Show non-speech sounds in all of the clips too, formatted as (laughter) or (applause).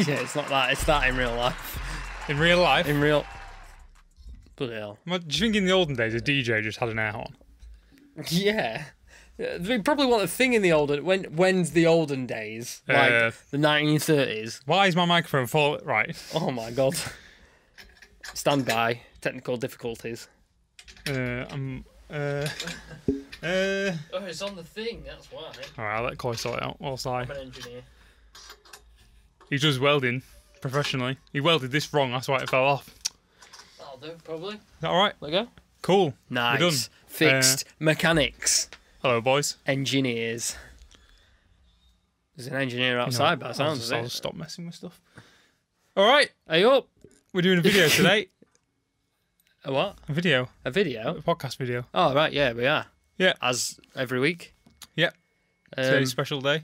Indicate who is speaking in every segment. Speaker 1: yeah, it's not that. It's that in real life.
Speaker 2: In real life,
Speaker 1: In real. Bloody hell.
Speaker 2: what- do you think in the olden days a DJ just had an air horn?
Speaker 1: (laughs) Yeah. Uh, They probably want a thing in the olden. When when's the olden days? Like
Speaker 2: Uh.
Speaker 1: the 1930s.
Speaker 2: Why is my microphone full?
Speaker 1: (laughs)
Speaker 2: Right.
Speaker 1: Oh my god. Stand by. Technical difficulties.
Speaker 2: Uh, um, uh, uh.
Speaker 1: Oh, it's on the thing. That's why.
Speaker 2: All right, I'll let Coy sort it out whilst I.
Speaker 1: an engineer.
Speaker 2: He does welding professionally. He welded this wrong, that's why it fell off. Is
Speaker 1: That'll do. Probably.
Speaker 2: that all right?
Speaker 1: There go.
Speaker 2: Cool.
Speaker 1: Nice.
Speaker 2: We're done.
Speaker 1: Fixed mechanics.
Speaker 2: Hello, boys.
Speaker 1: engineers. There's an engineer outside by the
Speaker 2: I'll
Speaker 1: sounds
Speaker 2: just,
Speaker 1: of
Speaker 2: I'll
Speaker 1: it.
Speaker 2: stop messing with stuff. All right,
Speaker 1: Are you up?
Speaker 2: we're doing a
Speaker 1: (laughs)
Speaker 2: video today.
Speaker 1: A what?
Speaker 2: A video,
Speaker 1: A
Speaker 2: a
Speaker 1: video?
Speaker 2: podcast video.
Speaker 1: Oh, right, yeah, we are.
Speaker 2: Yeah.
Speaker 1: As every week.
Speaker 2: Yep.
Speaker 1: Um,
Speaker 2: Today's special day.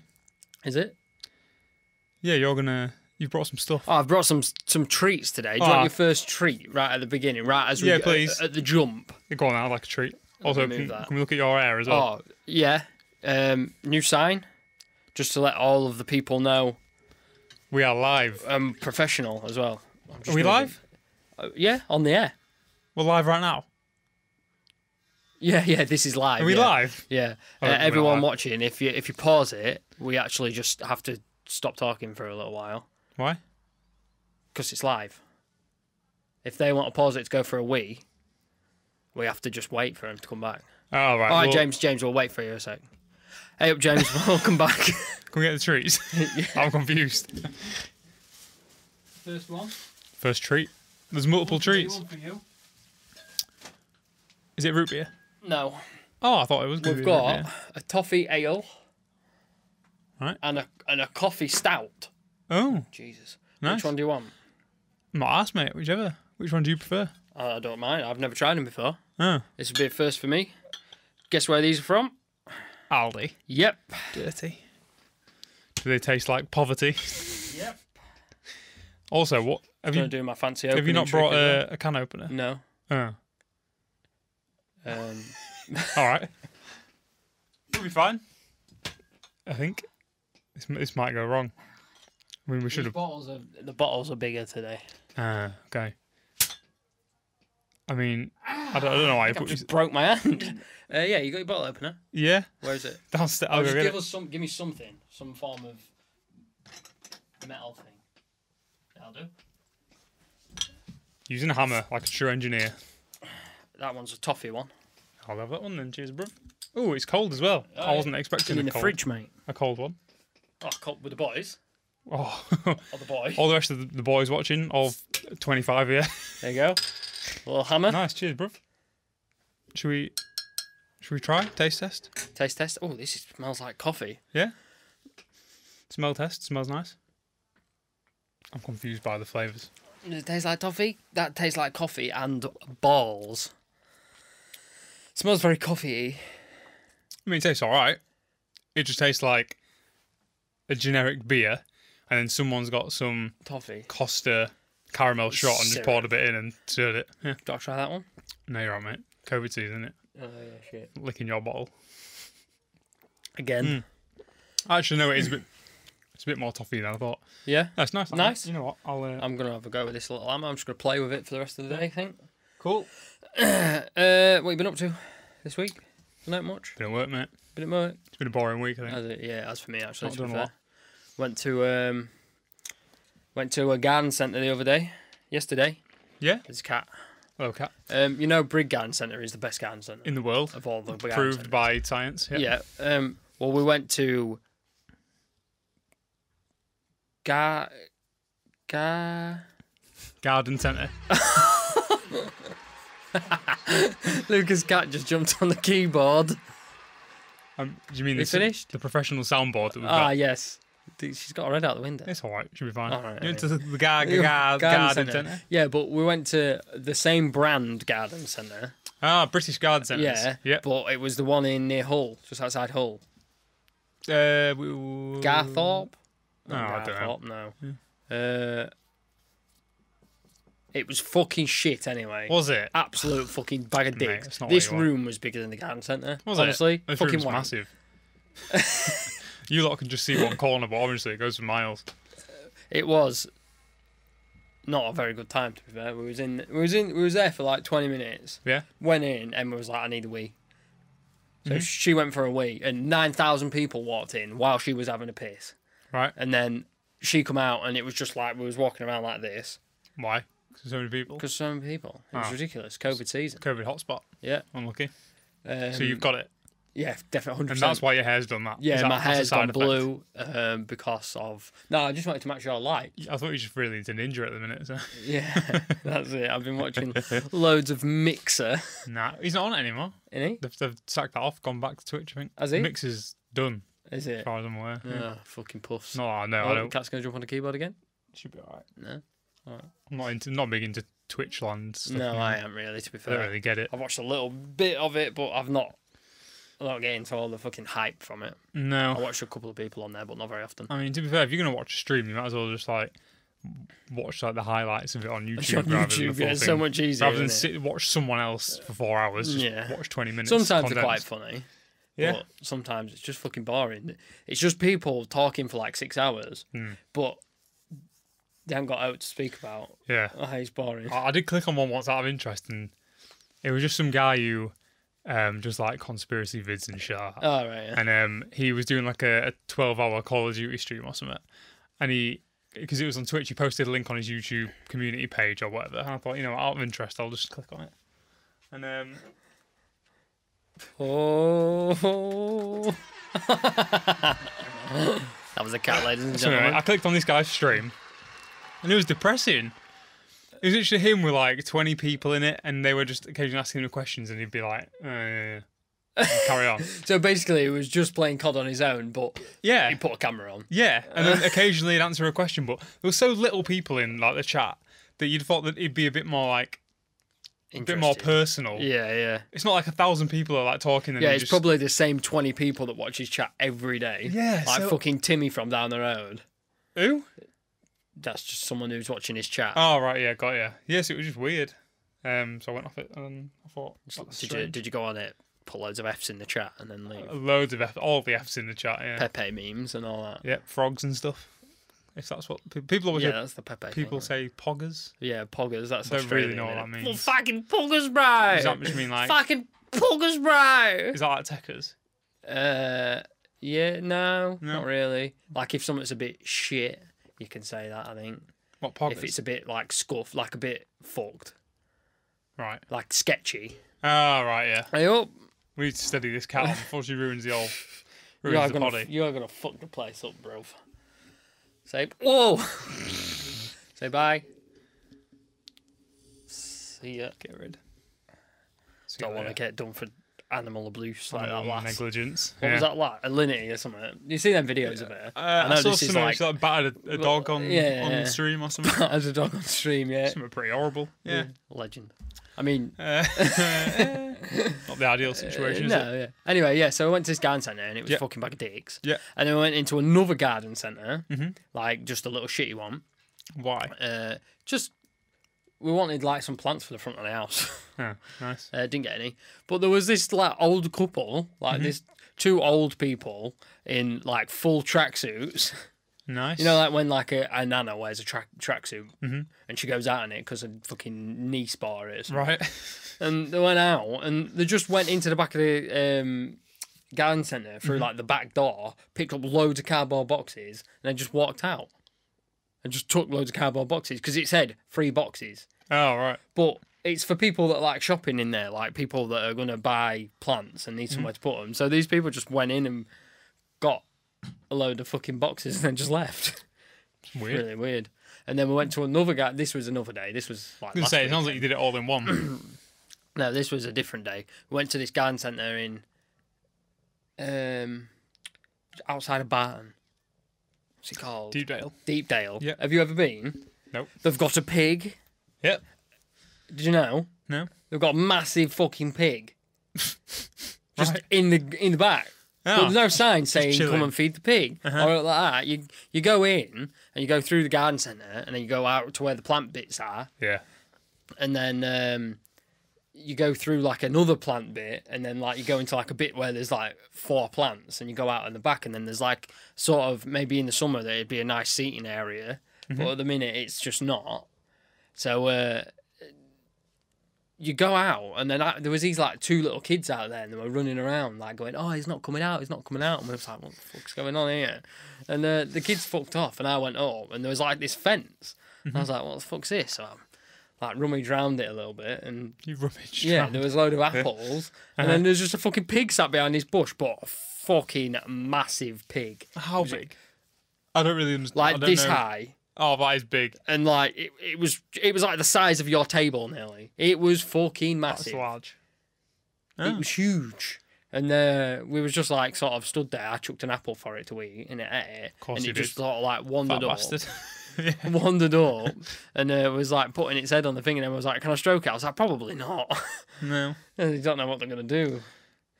Speaker 1: is it?
Speaker 2: Yeah, you're gonna. You brought some stuff.
Speaker 1: Oh, I've brought some some treats today. Do you
Speaker 2: Ah.
Speaker 1: want your first treat right at the beginning, right as we
Speaker 2: Yeah,
Speaker 1: at-
Speaker 2: please.
Speaker 1: At, the jump?
Speaker 2: Go on, I'd like a treat. Also,
Speaker 1: remove
Speaker 2: can,
Speaker 1: that.
Speaker 2: can we look at your hair as well?
Speaker 1: Oh, yeah. Um, new sign, just to let all of the people know
Speaker 2: We are live.
Speaker 1: I'm professional as well. I'm just
Speaker 2: Are we
Speaker 1: moving.
Speaker 2: live?
Speaker 1: Uh, yeah, on the air.
Speaker 2: We're live right now.
Speaker 1: Yeah, yeah. This is live.
Speaker 2: Are we
Speaker 1: yeah.
Speaker 2: live?
Speaker 1: Yeah,
Speaker 2: Oh,
Speaker 1: uh,
Speaker 2: we're not
Speaker 1: everyone
Speaker 2: live.
Speaker 1: watching, if you if you pause it, we actually just have to stop talking for a little while
Speaker 2: Why?
Speaker 1: because it's live. If they want to pause it to go for a wee, we have to just wait for him to come back.
Speaker 2: Oh, right.
Speaker 1: All right,
Speaker 2: well,
Speaker 1: James, James, we'll wait for you a sec. Hey up, James, (laughs) welcome back.
Speaker 2: Can we get the
Speaker 1: (laughs)
Speaker 2: treats? (laughs) I'm confused.
Speaker 1: First one,
Speaker 2: First treat. There's multiple treats.
Speaker 1: for you.
Speaker 2: Is it root beer?
Speaker 1: No,
Speaker 2: Oh, I thought it was. gonna
Speaker 1: we've
Speaker 2: be root
Speaker 1: got
Speaker 2: beer.
Speaker 1: a toffee ale
Speaker 2: Right.
Speaker 1: and a and a coffee stout.
Speaker 2: Oh,
Speaker 1: Jesus,
Speaker 2: Nice.
Speaker 1: which one do you want?
Speaker 2: I'm not asked, mate. Whichever. Which one do you prefer?
Speaker 1: Uh, I don't mind. I've never tried them before.
Speaker 2: Oh,
Speaker 1: This will be a first for me. Guess where these are from?
Speaker 2: Aldi.
Speaker 1: Yep.
Speaker 2: Dirty. Do they taste like poverty? (laughs)
Speaker 1: Yep.
Speaker 2: Also, what have
Speaker 1: Gonna
Speaker 2: you?
Speaker 1: do my fancy
Speaker 2: Have you
Speaker 1: opening
Speaker 2: not
Speaker 1: trick
Speaker 2: brought
Speaker 1: as
Speaker 2: a, a can opener?
Speaker 1: well.
Speaker 2: Oh,
Speaker 1: No. Um,
Speaker 2: all right. We'll be fine. I think this m- this might go wrong. I mean, we should have.
Speaker 1: bottles are, the bottles are bigger today.
Speaker 2: Ah, okay. I mean, I don't, I don't know why you
Speaker 1: I
Speaker 2: put.
Speaker 1: just
Speaker 2: These,
Speaker 1: broke my hand. (laughs) Uh, yeah, you got your bottle opener.
Speaker 2: yeah,
Speaker 1: Where (laughs) is it?
Speaker 2: downstairs. I'll go
Speaker 1: just
Speaker 2: get
Speaker 1: give
Speaker 2: it.
Speaker 1: us some. Give me something. Some form of metal thing. That'll do.
Speaker 2: Using a hammer like a true engineer.
Speaker 1: That one's a toffee one.
Speaker 2: I'll have that one then. Cheers, bruv. Oh, it's cold as well.
Speaker 1: Oh,
Speaker 2: I
Speaker 1: yeah.
Speaker 2: wasn't expecting
Speaker 1: in
Speaker 2: a
Speaker 1: the
Speaker 2: cold,
Speaker 1: fridge, mate.
Speaker 2: a cold one.
Speaker 1: Oh, cop with the boys.
Speaker 2: Oh, (laughs)
Speaker 1: Or the boy.
Speaker 2: all the rest of the- the boys watching, all f- 25 here.
Speaker 1: There you go. little hammer.
Speaker 2: (laughs) nice, cheers, bruv. Should we, should we try taste test?
Speaker 1: Taste test. Oh, this is- smells like coffee.
Speaker 2: Yeah. Smell test. Smells nice. I'm confused by the flavors.
Speaker 1: Does it taste like toffee? That tastes like coffee and balls. Smells very coffee
Speaker 2: I mean, it tastes all right. It just tastes like a generic beer, and then someone's got some
Speaker 1: Toffee.
Speaker 2: Costa caramel shot and just
Speaker 1: Syrup.
Speaker 2: poured a bit in and stirred it. Yeah.
Speaker 1: Do I try that one?
Speaker 2: No, you're right, mate. COVID season, isn't
Speaker 1: Oh, yeah, shit. Hmm.
Speaker 2: it? Licking your bottle.
Speaker 1: Again.
Speaker 2: Actually, no, it is a bit. It's a bit more toffee than I thought.
Speaker 1: Yeah.
Speaker 2: That's nice. that one.
Speaker 1: Nice.
Speaker 2: You know what? I'll. Uh,
Speaker 1: I'm going to have a go with this little hammer. I'm just going to play with it for the rest of the day, I think.
Speaker 2: cool.
Speaker 1: Uh, what you been up to this week? Not much.
Speaker 2: Been at work, mate.
Speaker 1: Been at work?
Speaker 2: It's been a boring week, I think.
Speaker 1: As it- yeah, as for me, actually.
Speaker 2: Not
Speaker 1: to be
Speaker 2: done a
Speaker 1: fair.
Speaker 2: lot.
Speaker 1: Went to, um, went to a garden centre the other day. Yesterday.
Speaker 2: yeah.
Speaker 1: There's a cat.
Speaker 2: Hello, cat.
Speaker 1: Um, you know, Brig Garden Centre is the best garden centre
Speaker 2: In the world,
Speaker 1: of all the garden
Speaker 2: proved
Speaker 1: centres.
Speaker 2: by science. Yeah.
Speaker 1: Yeah. Um, well, we went to Gar Gar
Speaker 2: Garden centre.
Speaker 1: (laughs) Lucas cat just jumped on the keyboard.
Speaker 2: Um, do you mean
Speaker 1: We
Speaker 2: the,
Speaker 1: finished?
Speaker 2: the professional soundboard that we've
Speaker 1: Ah,
Speaker 2: got?
Speaker 1: yes. Dude, She's got her head out the window.
Speaker 2: It's all right. Should be fine.
Speaker 1: All right,
Speaker 2: you went
Speaker 1: yeah.
Speaker 2: to the, the gar-
Speaker 1: Ooh,
Speaker 2: gar- garden
Speaker 1: centre.
Speaker 2: centre.
Speaker 1: Yeah, but we went to the same brand garden centre.
Speaker 2: Ah, British garden centre.
Speaker 1: Yeah,
Speaker 2: Yeah.
Speaker 1: But it was the one in near Hull, just outside Hull.
Speaker 2: Uh, we- we-
Speaker 1: Garthorpe.
Speaker 2: Oh, I don't know.
Speaker 1: know. No. Uh, it was fucking shit anyway.
Speaker 2: Was it?
Speaker 1: absolute fucking bag of
Speaker 2: Mate,
Speaker 1: dicks.
Speaker 2: that's not what
Speaker 1: this
Speaker 2: you want.
Speaker 1: room was bigger than the garden centre.
Speaker 2: Was
Speaker 1: honestly,
Speaker 2: it? This
Speaker 1: fucking
Speaker 2: room's
Speaker 1: wank. (laughs)
Speaker 2: massive. you lot can just see one corner, but obviously it goes for miles.
Speaker 1: It was not a very good time to be fair. We was in we was in we was there for like twenty minutes.
Speaker 2: Yeah.
Speaker 1: Went in, Emma was like, I need a wee. So
Speaker 2: Mhm.
Speaker 1: she went for a wee and nine thousand people walked in while she was having a piss.
Speaker 2: Right.
Speaker 1: And then she come out and it was just like we was walking around like this.
Speaker 2: Why? 'Cause so many people.
Speaker 1: Because so many people. It was
Speaker 2: Oh.
Speaker 1: ridiculous. COVID season.
Speaker 2: COVID hotspot.
Speaker 1: Yeah.
Speaker 2: Unlucky.
Speaker 1: Um,
Speaker 2: so you've got it,
Speaker 1: Yeah, definitely hundred
Speaker 2: and
Speaker 1: percent.
Speaker 2: that's why your hair's done that.
Speaker 1: Yeah,
Speaker 2: Is that-
Speaker 1: my
Speaker 2: that's a
Speaker 1: hair's
Speaker 2: side
Speaker 1: gone
Speaker 2: effect?
Speaker 1: blue um, because of. No, I just wanted to match your
Speaker 2: (laughs)
Speaker 1: light.
Speaker 2: I thought you just really into ninja at the minute. So. (laughs)
Speaker 1: Yeah, (laughs) that's it. I've been watching loads of Mixer.
Speaker 2: nah, he's not on it anymore.
Speaker 1: Isn't
Speaker 2: They've, they've sacked that off, gone back to Twitch. I think.
Speaker 1: Has he?
Speaker 2: Mix is done,
Speaker 1: he? Is
Speaker 2: as
Speaker 1: it?
Speaker 2: far as I'm aware. Yeah.
Speaker 1: Oh, fucking puffs.
Speaker 2: No, I know.
Speaker 1: Oh,
Speaker 2: I
Speaker 1: the
Speaker 2: don't.
Speaker 1: cat's gonna jump on the keyboard again.
Speaker 2: Should be alright.
Speaker 1: No,
Speaker 2: I'm not into, not big into Twitch land. Stuff.
Speaker 1: no, I am really. To be
Speaker 2: I don't
Speaker 1: fair,
Speaker 2: really get it.
Speaker 1: I've watched a little bit of it, but I've not. I'm not getting to all the fucking hype from it. I
Speaker 2: No.
Speaker 1: watched a couple of people on there, but not very often.
Speaker 2: (laughs) I mean, to be fair, if you're gonna watch a stream, you might as well just like watch like the highlights of it on
Speaker 1: It's
Speaker 2: YouTube.
Speaker 1: on
Speaker 2: rather than the
Speaker 1: YouTube,
Speaker 2: full
Speaker 1: yeah, it's
Speaker 2: thing.
Speaker 1: so much easier.
Speaker 2: rather than
Speaker 1: isn't it?
Speaker 2: sit, watch someone else for four hours. Just
Speaker 1: Yeah.
Speaker 2: watch twenty minutes.
Speaker 1: Sometimes they're
Speaker 2: condensed.
Speaker 1: quite funny.
Speaker 2: Yeah.
Speaker 1: But sometimes it's just fucking boring. It's just people talking for like six hours,
Speaker 2: Hmm.
Speaker 1: but they haven't got out to speak about.
Speaker 2: Yeah.
Speaker 1: Oh, it's boring.
Speaker 2: I, I did click on one once out of interest, and it was just some guy who um, just like conspiracy vids and shit. like that.
Speaker 1: All right. Yeah.
Speaker 2: And um, he was doing like a, a 12 hour Call of Duty stream or something. And he, because it was on Twitch, he posted a link on his YouTube community page or whatever. And I thought, you know, out of interest, I'll just click on it. And um,
Speaker 1: Oh. (laughs) that was a cat, ladies and
Speaker 2: So anyway,
Speaker 1: gentlemen.
Speaker 2: I clicked on this guy's stream, and it was depressing. It was literally him with like 20 people in it, and they were just occasionally asking him questions, and he'd be like, uh, yeah, yeah,
Speaker 1: (laughs)
Speaker 2: yeah." "Carry on."
Speaker 1: So basically, he was just playing COD on his own, but he
Speaker 2: Yeah,
Speaker 1: put a camera on.
Speaker 2: yeah. And then occasionally he'd answer a question, but there was so little people in like the chat that you'd thought that it'd be a bit more like a bit more
Speaker 1: Interesting.
Speaker 2: personal.
Speaker 1: Yeah, yeah.
Speaker 2: It's not like a thousand people are like talking. And
Speaker 1: Yeah,
Speaker 2: you
Speaker 1: it's
Speaker 2: just-
Speaker 1: probably the same 20 people that watch his chat every day.
Speaker 2: Yeah,
Speaker 1: Like
Speaker 2: so-
Speaker 1: fucking Timmy from down the road.
Speaker 2: who.
Speaker 1: That's just someone who's watching his chat.
Speaker 2: Oh right, yeah, got you. Yes, it was just weird. Um, so I went off it, and I thought,
Speaker 1: did
Speaker 2: "That's
Speaker 1: you
Speaker 2: strange."
Speaker 1: did you go on it, put loads of Fs in the chat, and then leave
Speaker 2: loads of F, all the F's in the chat. Yeah.
Speaker 1: Pepe memes and all that?
Speaker 2: Yeah, frogs and stuff. If that's what pe- people always
Speaker 1: Yeah,
Speaker 2: hear
Speaker 1: that's the Pepe.
Speaker 2: people
Speaker 1: thing.
Speaker 2: say poggers.
Speaker 1: Yeah, poggers. That's
Speaker 2: I don't really
Speaker 1: Australian,
Speaker 2: know what
Speaker 1: innit?
Speaker 2: that means.
Speaker 1: Well, fucking poggers, bro.
Speaker 2: Is that what you mean like
Speaker 1: Fucking poggers, bro.
Speaker 2: is that like techers?
Speaker 1: Uh, yeah, no,
Speaker 2: No.
Speaker 1: not really. Like if something's a bit shit, you can say that. I think
Speaker 2: What poggers?
Speaker 1: if it's a bit like scuffed, like a bit fucked,
Speaker 2: Right.
Speaker 1: like sketchy.
Speaker 2: Ah right, yeah.
Speaker 1: Hey oh, up.
Speaker 2: We need to study
Speaker 1: (laughs)
Speaker 2: this cat on before she ruins the old
Speaker 1: You are
Speaker 2: ruins the
Speaker 1: gonna
Speaker 2: body.
Speaker 1: you are gonna fuck the place up, bro. Say whoa. (laughs) Say bye. See ya.
Speaker 2: Get rid. See
Speaker 1: Don't
Speaker 2: you
Speaker 1: want to
Speaker 2: later.
Speaker 1: get done for animal abuse like that
Speaker 2: Little
Speaker 1: last.
Speaker 2: negligence.
Speaker 1: What
Speaker 2: yeah.
Speaker 1: was that like? Alinity or something? You see them videos of it?
Speaker 2: Uh, I, saw someone like, like battered a,
Speaker 1: (laughs)
Speaker 2: a dog on
Speaker 1: yeah,
Speaker 2: on
Speaker 1: yeah.
Speaker 2: stream
Speaker 1: (laughs)
Speaker 2: or something.
Speaker 1: as a dog on stream,
Speaker 2: (laughs)
Speaker 1: yeah.
Speaker 2: something pretty horrible. Yeah.
Speaker 1: Legend. I mean,
Speaker 2: Uh, (laughs) not the ideal situation, is
Speaker 1: no,
Speaker 2: it?
Speaker 1: yeah. Anyway, yeah. So I went to this garden centre and it was
Speaker 2: Yeah.
Speaker 1: fucking bag of dicks.
Speaker 2: Yeah.
Speaker 1: And then I went into another garden center
Speaker 2: Mm-hmm.
Speaker 1: like just a little shitty one.
Speaker 2: Why?
Speaker 1: Uh, just we wanted like some plants for the front of the house. (laughs)
Speaker 2: Oh, nice.
Speaker 1: uh, didn't get any, but there was this like old couple, like this two old people in like full tracksuits. (laughs)
Speaker 2: Nice.
Speaker 1: You know, like when like a, a nana wears a track tracksuit and she goes out in it because her fucking knee spar is.
Speaker 2: right. (laughs)
Speaker 1: And they went out and they just went into the back of the um, garden centre through like the back door, picked up loads of cardboard boxes, and then just walked out and just took loads of cardboard boxes because it said free boxes.
Speaker 2: Oh right.
Speaker 1: But it's for people that like shopping in there, like people that are going to buy plants and need somewhere to put them. So these people just went in and got a load of fucking boxes and then just left. (laughs)
Speaker 2: Weird.
Speaker 1: Really weird. And then we went to another guy. This was another day. This was like
Speaker 2: I was
Speaker 1: last
Speaker 2: gonna say, it
Speaker 1: week.
Speaker 2: sounds like you did it all in one.
Speaker 1: (clears throat) No, this was a different day. We went to this garden centre in um outside of Barton. What's it called?
Speaker 2: Deepdale.
Speaker 1: Deepdale.
Speaker 2: Yeah.
Speaker 1: Have you ever been?
Speaker 2: Nope.
Speaker 1: They've got a pig.
Speaker 2: Yep.
Speaker 1: Did you know?
Speaker 2: No.
Speaker 1: They've got a massive fucking
Speaker 2: (laughs)
Speaker 1: pig. Just
Speaker 2: Right.
Speaker 1: in the in the back. But
Speaker 2: Oh.
Speaker 1: there's no sign saying
Speaker 2: chilling. Uh-huh.
Speaker 1: come and feed the pig or like that. You you go in and you go through the garden centre and then you go out to where the plant bits are
Speaker 2: Yeah.
Speaker 1: and then um, you go through like another plant bit, and then like you go into like a bit where there's like four plants, and you go out in the back, and then there's like sort of maybe in the summer there'd be a nice seating area but at the minute it's just not. So uh, you go out, and then I, there was these like two little kids out there, and they were running around like going, "Oh, he's not coming out! He's not coming out!" And I was like, "What the fuck's going on here?" And uh, the kids fucked off, and I went up, and there was like this fence. And I was like, "What the fuck's this?" So I like rummaged around it a little bit, and
Speaker 2: You rummage.
Speaker 1: yeah,
Speaker 2: around.
Speaker 1: there was a load of apples,
Speaker 2: Uh-huh.
Speaker 1: and then there's just a fucking pig sat behind this bush, but a fucking massive pig,
Speaker 2: How big? I don't really. understand- I
Speaker 1: like
Speaker 2: don't
Speaker 1: this
Speaker 2: know.
Speaker 1: high.
Speaker 2: Oh, that is big.
Speaker 1: and like it, it was it was like the size of your table nearly. It was fucking
Speaker 2: That's
Speaker 1: massive.
Speaker 2: large.
Speaker 1: It was huge. And uh, we was just like sort of stood there. I chucked an apple for it to eat, and it ate it.
Speaker 2: course
Speaker 1: and
Speaker 2: you
Speaker 1: it just
Speaker 2: did.
Speaker 1: sort of like wandered
Speaker 2: That
Speaker 1: up,
Speaker 2: bastard. (laughs) yeah.
Speaker 1: (laughs) wandered up, and uh, was like putting its head on the thing. And I was like, "Can I stroke it?" I was like, "Probably not." (laughs)
Speaker 2: No.
Speaker 1: and they don't know what they're gonna do.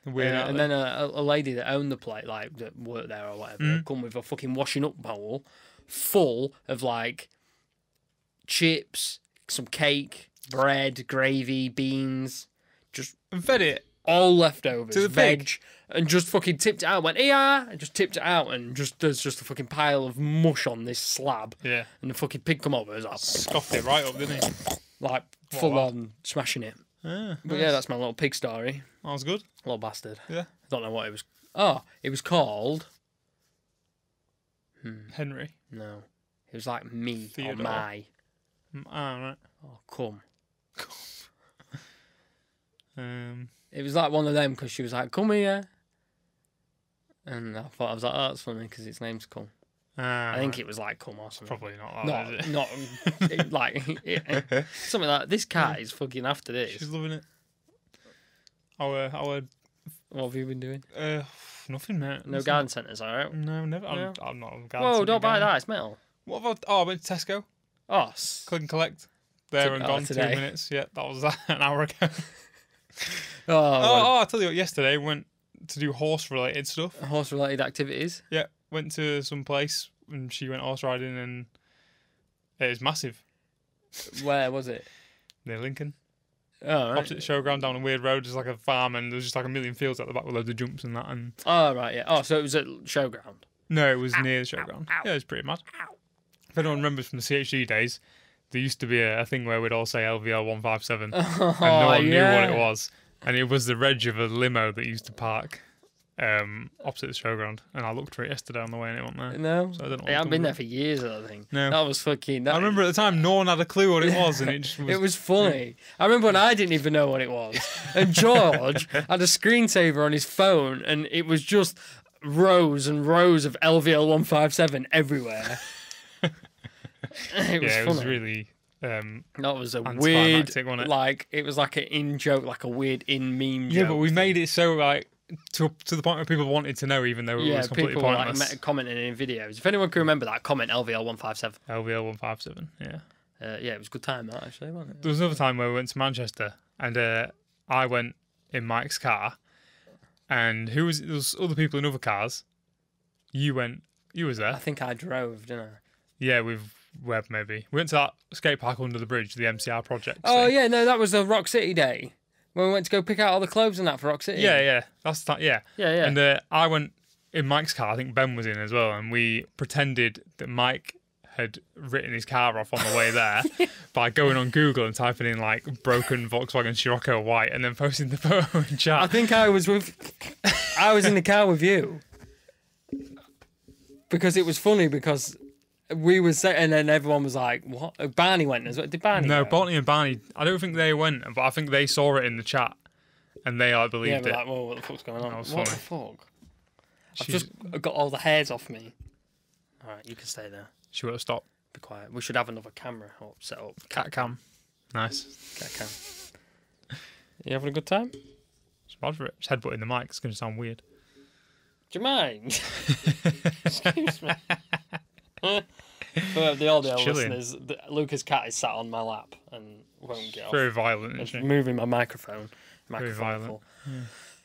Speaker 2: Weird.
Speaker 1: Uh,
Speaker 2: out
Speaker 1: and
Speaker 2: there.
Speaker 1: then a, a lady that owned the plate, like that worked there or whatever,
Speaker 2: Hmm.
Speaker 1: come with a fucking washing up bowl full of like chips, some cake, bread, gravy, beans, just
Speaker 2: and fed it.
Speaker 1: all leftovers,
Speaker 2: To the
Speaker 1: veg,
Speaker 2: pig?
Speaker 1: and just fucking tipped it out. Went yeah, and just tipped it out, and just there's just a fucking pile of mush on this slab.
Speaker 2: Yeah.
Speaker 1: And the fucking pig come over, is like,
Speaker 2: Scoffed it right up, didn't he?
Speaker 1: like
Speaker 2: Oh,
Speaker 1: full on smashing it.
Speaker 2: Ah,
Speaker 1: But yeah, that's my little pig story.
Speaker 2: that was good.
Speaker 1: Little bastard.
Speaker 2: Yeah.
Speaker 1: I don't know what it was. Oh, it was called.
Speaker 2: Henry.
Speaker 1: No. It was like me
Speaker 2: Theodore.
Speaker 1: or my.
Speaker 2: Mm, Ah, right.
Speaker 1: Oh, come.
Speaker 2: Um,
Speaker 1: It was like one of them because she was like, come here. And I thought, I was like, oh, that's funny because its name's Cum.
Speaker 2: ah,
Speaker 1: I think
Speaker 2: right.
Speaker 1: it was like Cum or something.
Speaker 2: probably not that,
Speaker 1: Not,
Speaker 2: is it?
Speaker 1: not
Speaker 2: (laughs)
Speaker 1: it- like it- something like this cat is fucking after (laughs) this.
Speaker 2: She's loving it. Our our
Speaker 1: What have you been doing?
Speaker 2: uh, nothing, mate.
Speaker 1: No
Speaker 2: It's
Speaker 1: garden centres, all right?
Speaker 2: not- No, never. I'm,
Speaker 1: No.
Speaker 2: I'm not. a garden
Speaker 1: Whoa,
Speaker 2: centre
Speaker 1: don't buy
Speaker 2: guy.
Speaker 1: that. It's metal.
Speaker 2: What about? Oh, I went to Tesco.
Speaker 1: Oh, s-
Speaker 2: Click and collect. There
Speaker 1: To-
Speaker 2: and
Speaker 1: oh,
Speaker 2: gone.
Speaker 1: today.
Speaker 2: Two minutes. Yeah, that was (laughs) an hour ago. oh,
Speaker 1: oh, well,
Speaker 2: oh, I tell you what. Yesterday went to do horse related stuff.
Speaker 1: horse-related activities.
Speaker 2: Yeah, went to some place and she went horse riding and it was massive
Speaker 1: Where was it?
Speaker 2: near Lincoln.
Speaker 1: Oh, right.
Speaker 2: Opposite showground down a weird road. There's like a farm and there's just like a million fields at the back with loads of jumps and that. And
Speaker 1: oh, right, yeah. Oh, so it was at showground.
Speaker 2: no, it was near the showground. Yeah, it was pretty mad. If anyone remembers from the CHD days, there used to be a, a thing where we'd all say LVR one
Speaker 1: (laughs)
Speaker 2: five seven and
Speaker 1: Oh,
Speaker 2: no one
Speaker 1: yeah.
Speaker 2: knew what it was. And it was the reg of a limo that used to park um, opposite the showground. And I looked for it yesterday on the way and it wasn't there.
Speaker 1: No,
Speaker 2: So I don't know
Speaker 1: Hey,
Speaker 2: what
Speaker 1: I've been
Speaker 2: comes
Speaker 1: there
Speaker 2: up.
Speaker 1: for years. I think.
Speaker 2: No.
Speaker 1: that was fucking. That,
Speaker 2: I remember at the time no one had a clue what it was and it just
Speaker 1: (laughs)
Speaker 2: was
Speaker 1: It was funny. I remember when I didn't even know what it
Speaker 2: (laughs)
Speaker 1: was, and George had a screensaver on his phone, and it was just rows and rows of LVL one five seven
Speaker 2: (laughs)
Speaker 1: everywhere. it was
Speaker 2: yeah, it
Speaker 1: funny.
Speaker 2: was really. Um,
Speaker 1: that was a weird,
Speaker 2: anticlimactic, wasn't it?
Speaker 1: like it was like an in joke, like a weird in meme.
Speaker 2: yeah,
Speaker 1: joke
Speaker 2: but we
Speaker 1: thing.
Speaker 2: made it so like to to the point where people wanted to know, even though it
Speaker 1: yeah
Speaker 2: was completely
Speaker 1: people like
Speaker 2: pointless.
Speaker 1: me- commenting in videos. If anyone can remember that, comment LVL one five seven. uh,
Speaker 2: LVL one five seven. Yeah,
Speaker 1: Yeah, it was a good time that actually, wasn't it?
Speaker 2: there was another time where we went to Manchester, and uh, I went in Mike's car, and who was there was other people in other cars. You went. You was
Speaker 1: I
Speaker 2: there.
Speaker 1: think I drove, didn't I?
Speaker 2: Yeah, with Web maybe. We went to that skate park under the bridge, the MCR project.
Speaker 1: Oh
Speaker 2: thing.
Speaker 1: yeah, no, that was the Rock City day when we went to go pick out all the clothes and that for Rock City.
Speaker 2: yeah, yeah. That's that. Yeah.
Speaker 1: yeah, yeah.
Speaker 2: And uh, I went in Mike's car. I think Ben was in as well, and we pretended that Mike had written his car off on the
Speaker 1: (laughs)
Speaker 2: way there by going on Google and typing in like broken Volkswagen Scirocco white, and then posting the (laughs) photo in
Speaker 1: I
Speaker 2: chat.
Speaker 1: think I was with, I was in the car with you because it was funny because we were set and then everyone was like, "What?" Oh, Barney went as well. Did Barney?
Speaker 2: No,
Speaker 1: go?
Speaker 2: Barney and Barney. I don't think they went, but I think they saw it in the chat, and they all
Speaker 1: Yeah,
Speaker 2: believed
Speaker 1: we're
Speaker 2: it.
Speaker 1: like, "Whoa, what the fuck's going on?" What
Speaker 2: was
Speaker 1: the
Speaker 2: funny.
Speaker 1: fuck? I've
Speaker 2: She's-
Speaker 1: just got all the hairs off me. All right, you can stay there.
Speaker 2: She won't stop.
Speaker 1: Be quiet. We should have another camera up, set up.
Speaker 2: Cat cam. Nice.
Speaker 1: Cat cam. You having a good time? Do
Speaker 2: It's bad for it. Just headbutting the mic. It's going to sound weird.
Speaker 1: you
Speaker 2: (laughs)
Speaker 1: mind? Excuse me. (laughs) For the audio
Speaker 2: Chilling.
Speaker 1: listeners, the, Lucas cat is sat on my lap and won't get off.
Speaker 2: Very violent.
Speaker 1: It's
Speaker 2: Isn't it?
Speaker 1: moving my microphone.
Speaker 2: Very
Speaker 1: Microphone
Speaker 2: violent.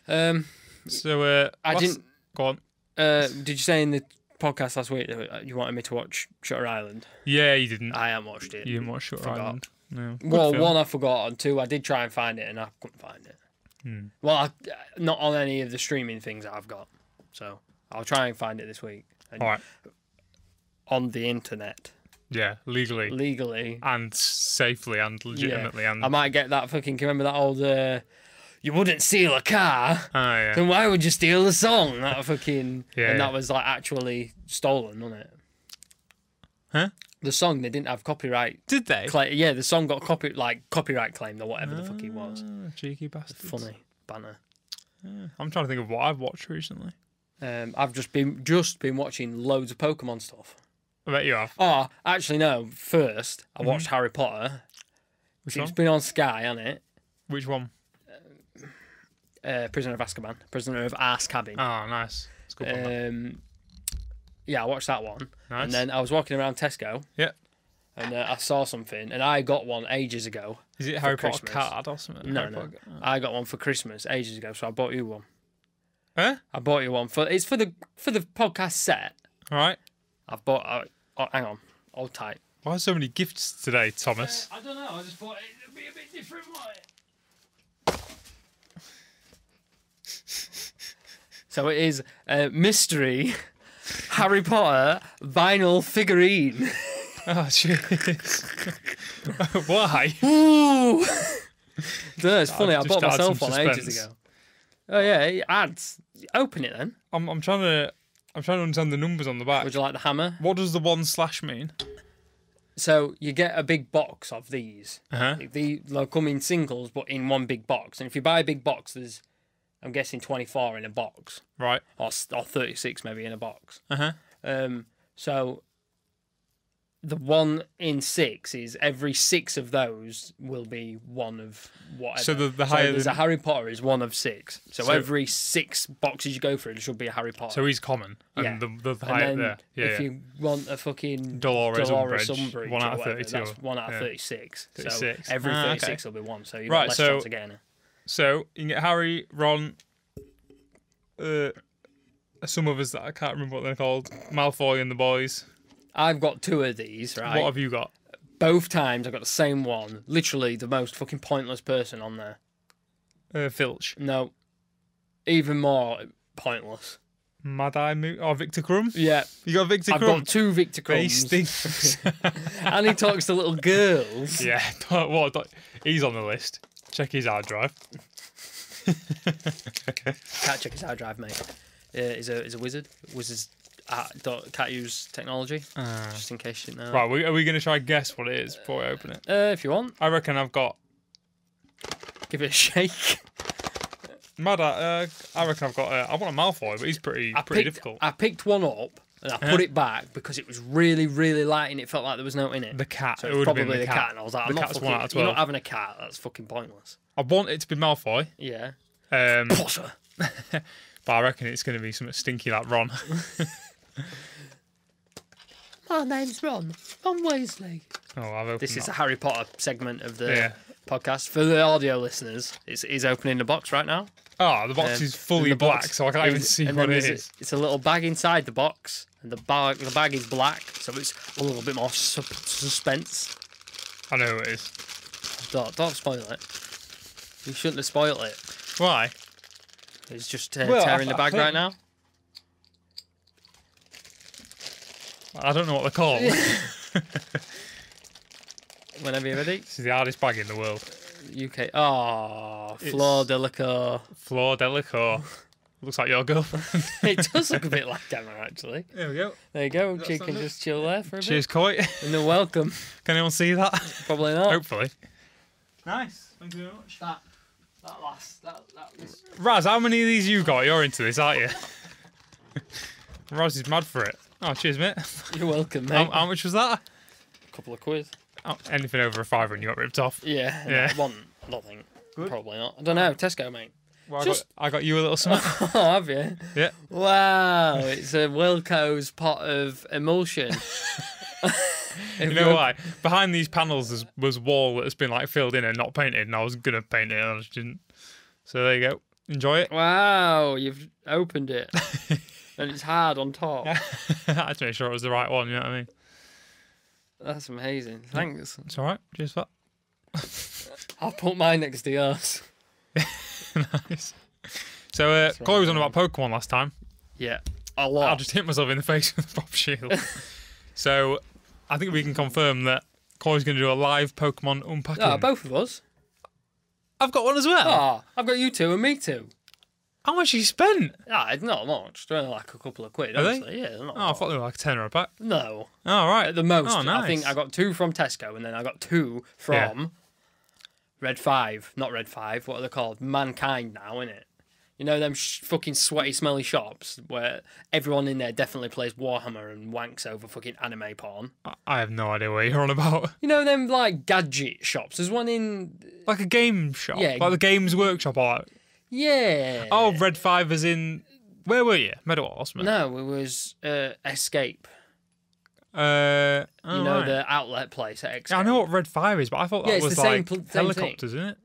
Speaker 1: full. Um,
Speaker 2: So uh,
Speaker 1: I
Speaker 2: last-
Speaker 1: didn't.
Speaker 2: go on.
Speaker 1: Uh, did you say in the podcast last week that uh, you wanted me to watch Shutter Island?
Speaker 2: Yeah, you didn't.
Speaker 1: I haven't watched it.
Speaker 2: You didn't watch Shutter
Speaker 1: Forgot.
Speaker 2: Island. No. Good
Speaker 1: well,
Speaker 2: film.
Speaker 1: one I forgot, and two I did try and find it, and I couldn't find it.
Speaker 2: Hmm.
Speaker 1: Well, I, not on any of the streaming things that I've got, so I'll try and find it this week and
Speaker 2: All right.
Speaker 1: on the internet.
Speaker 2: Yeah, legally
Speaker 1: legally.
Speaker 2: and safely and
Speaker 1: Yeah.
Speaker 2: legitimately and
Speaker 1: I might get that fucking. can you Remember that old. Uh, you wouldn't steal a car,
Speaker 2: Ah, yeah.
Speaker 1: then why would you steal a song? That fucking.
Speaker 2: Yeah,
Speaker 1: and
Speaker 2: yeah.
Speaker 1: that was like actually stolen, wasn't it?
Speaker 2: Huh?
Speaker 1: The song they didn't have copyright.
Speaker 2: Did they?
Speaker 1: Cla- yeah, the song got copy like copyright claimed or whatever the fuck it was.
Speaker 2: Ah, cheeky bastards.
Speaker 1: Funny banner.
Speaker 2: Yeah. I'm trying to think of what I've watched recently.
Speaker 1: Um, I've just been just been watching loads of Pokemon stuff.
Speaker 2: I bet you have.
Speaker 1: Oh, actually no. First, I watched Harry Potter.
Speaker 2: Mm-hmm. Which
Speaker 1: It's
Speaker 2: one?
Speaker 1: been on Sky, hasn't it?
Speaker 2: Which one?
Speaker 1: Uh, Prisoner of Azkaban, Prisoner of Ass Cabin.
Speaker 2: Ah, nice. It's a good one. that.
Speaker 1: Um, yeah, I watched that one,
Speaker 2: Nice.
Speaker 1: and then I was walking around Tesco
Speaker 2: yeah.
Speaker 1: and uh, I saw something, and I got one ages ago.
Speaker 2: Is it Harry Potter
Speaker 1: Christmas.
Speaker 2: card or something?
Speaker 1: No,
Speaker 2: Harry
Speaker 1: no,
Speaker 2: Potter-
Speaker 1: I got one for Christmas ages ago, so I bought you one.
Speaker 2: Huh?
Speaker 1: I bought you one for it's for the for the podcast set.
Speaker 2: All right.
Speaker 1: I've bought. Uh, oh, hang on, hold tight.
Speaker 2: Why so many gifts today, Thomas?
Speaker 1: I don't know. I just thought it'd be a bit different. so it is uh, mystery (laughs) Harry Potter vinyl figurine.
Speaker 2: Oh, jeez. (laughs) Why?
Speaker 1: (laughs) Ooh. no, it's funny. I
Speaker 2: just
Speaker 1: bought
Speaker 2: add some
Speaker 1: myself one ages
Speaker 2: suspense.
Speaker 1: ago. Oh yeah, it adds. Open it then.
Speaker 2: I'm, I'm trying to I'm trying to understand the numbers on the back.
Speaker 1: Would you like the hammer?
Speaker 2: What does the one slash mean?
Speaker 1: So you get a big box of these.
Speaker 2: Uh-huh.
Speaker 1: They they'll come in singles, but in one big box. And if you buy a big box, there's, I'm guessing, 24 in a box,
Speaker 2: Right.
Speaker 1: or s- or 36 maybe in a box.
Speaker 2: Uh huh.
Speaker 1: Um, so the one in six is every six of those will be one of whatever.
Speaker 2: So the- the higher
Speaker 1: there's
Speaker 2: the-
Speaker 1: a Harry Potter is one of six. So,
Speaker 2: So-
Speaker 1: every six boxes you go through, there should be a Harry Potter.
Speaker 2: So he's common. And
Speaker 1: Yeah.
Speaker 2: the, the
Speaker 1: and
Speaker 2: higher
Speaker 1: then
Speaker 2: there. Yeah.
Speaker 1: if
Speaker 2: yeah.
Speaker 1: you want a fucking
Speaker 2: Dolores
Speaker 1: Dolores
Speaker 2: Umbridge,
Speaker 1: Umbridge,
Speaker 2: one
Speaker 1: or
Speaker 2: out of
Speaker 1: whatever,
Speaker 2: 32,
Speaker 1: that's one out of
Speaker 2: yeah.
Speaker 1: 36. So
Speaker 2: 36.
Speaker 1: every
Speaker 2: Ah, okay.
Speaker 1: 36 will be one, so you've
Speaker 2: Right,
Speaker 1: got less
Speaker 2: so-
Speaker 1: chance of getting it.
Speaker 2: So you can get Harry, Ron, uh, some others that I can't remember what they're called, Malfoy and the boys.
Speaker 1: I've got two of these, right?
Speaker 2: What have you got?
Speaker 1: Both times I've got the same one. Literally the most fucking pointless person on there.
Speaker 2: Uh, Filch,
Speaker 1: No. Even more pointless.
Speaker 2: Mad Eye Mo- or Victor Crumb? (laughs)
Speaker 1: Yeah.
Speaker 2: You got Victor
Speaker 1: I've
Speaker 2: Crumb?
Speaker 1: got two Victor
Speaker 2: he
Speaker 1: Crumbs.
Speaker 2: stinks. (laughs)
Speaker 1: (laughs) and he talks to little girls.
Speaker 2: yeah, (laughs) don't, what, don't- he's on the list. Check his hard drive.
Speaker 1: (laughs) Can't check his hard drive, mate. Uh, he's, a, he's a wizard. Wizards uh, don't, can't use technology, just in case you know.
Speaker 2: Uh. Right, we, are we going to try and guess what it is before we open it?
Speaker 1: Uh, if you want,
Speaker 2: I reckon I've got
Speaker 1: give it a shake.
Speaker 2: Mad Eye. Uh, I reckon I've got. Uh, I want a Malfoy, but he's pretty
Speaker 1: I
Speaker 2: (laughs) pretty
Speaker 1: picked,
Speaker 2: difficult. Uh.
Speaker 1: I picked one up and I put it back because it was really, really light and it felt like there was no in it.
Speaker 2: the cat.
Speaker 1: so
Speaker 2: it
Speaker 1: it was
Speaker 2: would have
Speaker 1: probably
Speaker 2: been the, cat.
Speaker 1: and I was like, I'm
Speaker 2: the
Speaker 1: not
Speaker 2: cat's
Speaker 1: fucking,
Speaker 2: one out of
Speaker 1: you're not
Speaker 2: twelve.
Speaker 1: having a cat. That's fucking pointless.
Speaker 2: I want it to be Malfoy.
Speaker 1: Yeah.
Speaker 2: Um,
Speaker 1: Potter.
Speaker 2: But I reckon it's going to be something stinky like Ron. (laughs)
Speaker 1: My name's Ron. Ron Weasley.
Speaker 2: oh, I've opened
Speaker 1: This is a
Speaker 2: that.
Speaker 1: Harry Potter segment of the
Speaker 2: Yeah.
Speaker 1: podcast. For the audio listeners, it's, he's opening the box right now.
Speaker 2: Oh, the box
Speaker 1: Um,
Speaker 2: is fully
Speaker 1: the
Speaker 2: black,
Speaker 1: box
Speaker 2: so I can't even
Speaker 1: is-
Speaker 2: see
Speaker 1: and
Speaker 2: what
Speaker 1: then
Speaker 2: it
Speaker 1: there's a-
Speaker 2: is.
Speaker 1: It's a little bag inside the box, and the bag the bag is black, so it's a little bit more su- suspense.
Speaker 2: I know who it is.
Speaker 1: Don't don't spoil it. You shouldn't have spoiled it.
Speaker 2: Why?
Speaker 1: He's just uh,
Speaker 2: Well, I-
Speaker 1: tearing the
Speaker 2: I
Speaker 1: bag right
Speaker 2: think-
Speaker 1: now.
Speaker 2: I don't know what they're
Speaker 1: (laughs)
Speaker 2: called. this
Speaker 1: Whenever you're ready,
Speaker 2: is the hardest bag in the world.
Speaker 1: UK. Oh, Flor
Speaker 2: (laughs)
Speaker 1: Delacour.
Speaker 2: Flor Delacour. Looks like your girlfriend.
Speaker 1: it does look a (laughs) bit like Emma, actually.
Speaker 2: (laughs) there we go.
Speaker 1: There you go. She
Speaker 2: that
Speaker 1: can
Speaker 2: it?
Speaker 1: just chill there for a
Speaker 2: Cheers, Coy.
Speaker 1: bit. And then welcome.
Speaker 2: (laughs) Can anyone see that?
Speaker 1: Probably not.
Speaker 2: Hopefully. Nice. Thank you very much.
Speaker 1: That, that last, that, that was.
Speaker 2: Raz, how many of these you got? You're into this, aren't you? (laughs) Raz is mad for it. Oh, cheers, mate.
Speaker 1: (laughs) You're welcome, mate.
Speaker 2: How, how much was that?
Speaker 1: couple of quiz.
Speaker 2: Oh, anything over a fiver and you got ripped off.
Speaker 1: Yeah.
Speaker 2: Yeah.
Speaker 1: One, I don't think. Probably not. I don't know. Tesco, mate. (laughs)
Speaker 2: Well, I,
Speaker 1: Just-
Speaker 2: got, I got you a little something.
Speaker 1: Oh, have you?
Speaker 2: (laughs) yeah.
Speaker 1: Wow. It's a Wilco's pot of emulsion. (laughs)
Speaker 2: You know why? Behind these panels is, was wall that's been like filled in and not painted, and I was gonna paint it and I just didn't. So there you go. Enjoy it. (laughs)
Speaker 1: Wow. You've opened it. and it's hard on top.
Speaker 2: I had to make sure it was the right one. You know what I mean?
Speaker 1: That's amazing. Thanks.
Speaker 2: It's all right. Cheers for
Speaker 1: I'll put mine next to yours.
Speaker 2: that. nice. So uh,
Speaker 1: right,
Speaker 2: Corey was on about Pokemon last time.
Speaker 1: Yeah. A
Speaker 2: I
Speaker 1: lot. (laughs)
Speaker 2: (laughs) just hit myself in the face with a pop shield. so I think we can confirm that Corey's going to do a live Pokemon unpacking.
Speaker 1: Ah, both of us.
Speaker 2: I've got one as well.
Speaker 1: Ah, I've got you two and me two.
Speaker 2: How much have you spent?
Speaker 1: Ah, it's not much. They're only like a couple of quid,
Speaker 2: Are they?
Speaker 1: honestly. Yeah, they're not.
Speaker 2: Oh, I
Speaker 1: much.
Speaker 2: thought they were like a tenner a pack.
Speaker 1: No,
Speaker 2: All right.
Speaker 1: at the most.
Speaker 2: Oh, nice.
Speaker 1: I think I got two from Tesco, and then I got two from
Speaker 2: Yeah.
Speaker 1: Red Five. Not Red Five. What are they called? Mankind now, is it? You know them sh- fucking sweaty, smelly shops where everyone in there definitely plays Warhammer and wanks over fucking anime porn.
Speaker 2: I- I have no idea what you're on about. (laughs)
Speaker 1: You know them like gadget shops. There's one in
Speaker 2: Like a game shop.
Speaker 1: Yeah.
Speaker 2: Like the Games Workshop. Or like,
Speaker 1: yeah.
Speaker 2: oh, Red Five is in. Where were you? Medal Osman.
Speaker 1: no, it was uh, Escape.
Speaker 2: Uh,
Speaker 1: You know the outlet place at Escape.
Speaker 2: I know what Red Five is, but I thought
Speaker 1: Yeah,
Speaker 2: that
Speaker 1: it's
Speaker 2: was
Speaker 1: the same
Speaker 2: like
Speaker 1: pl- same thing.
Speaker 2: helicopters, isn't it?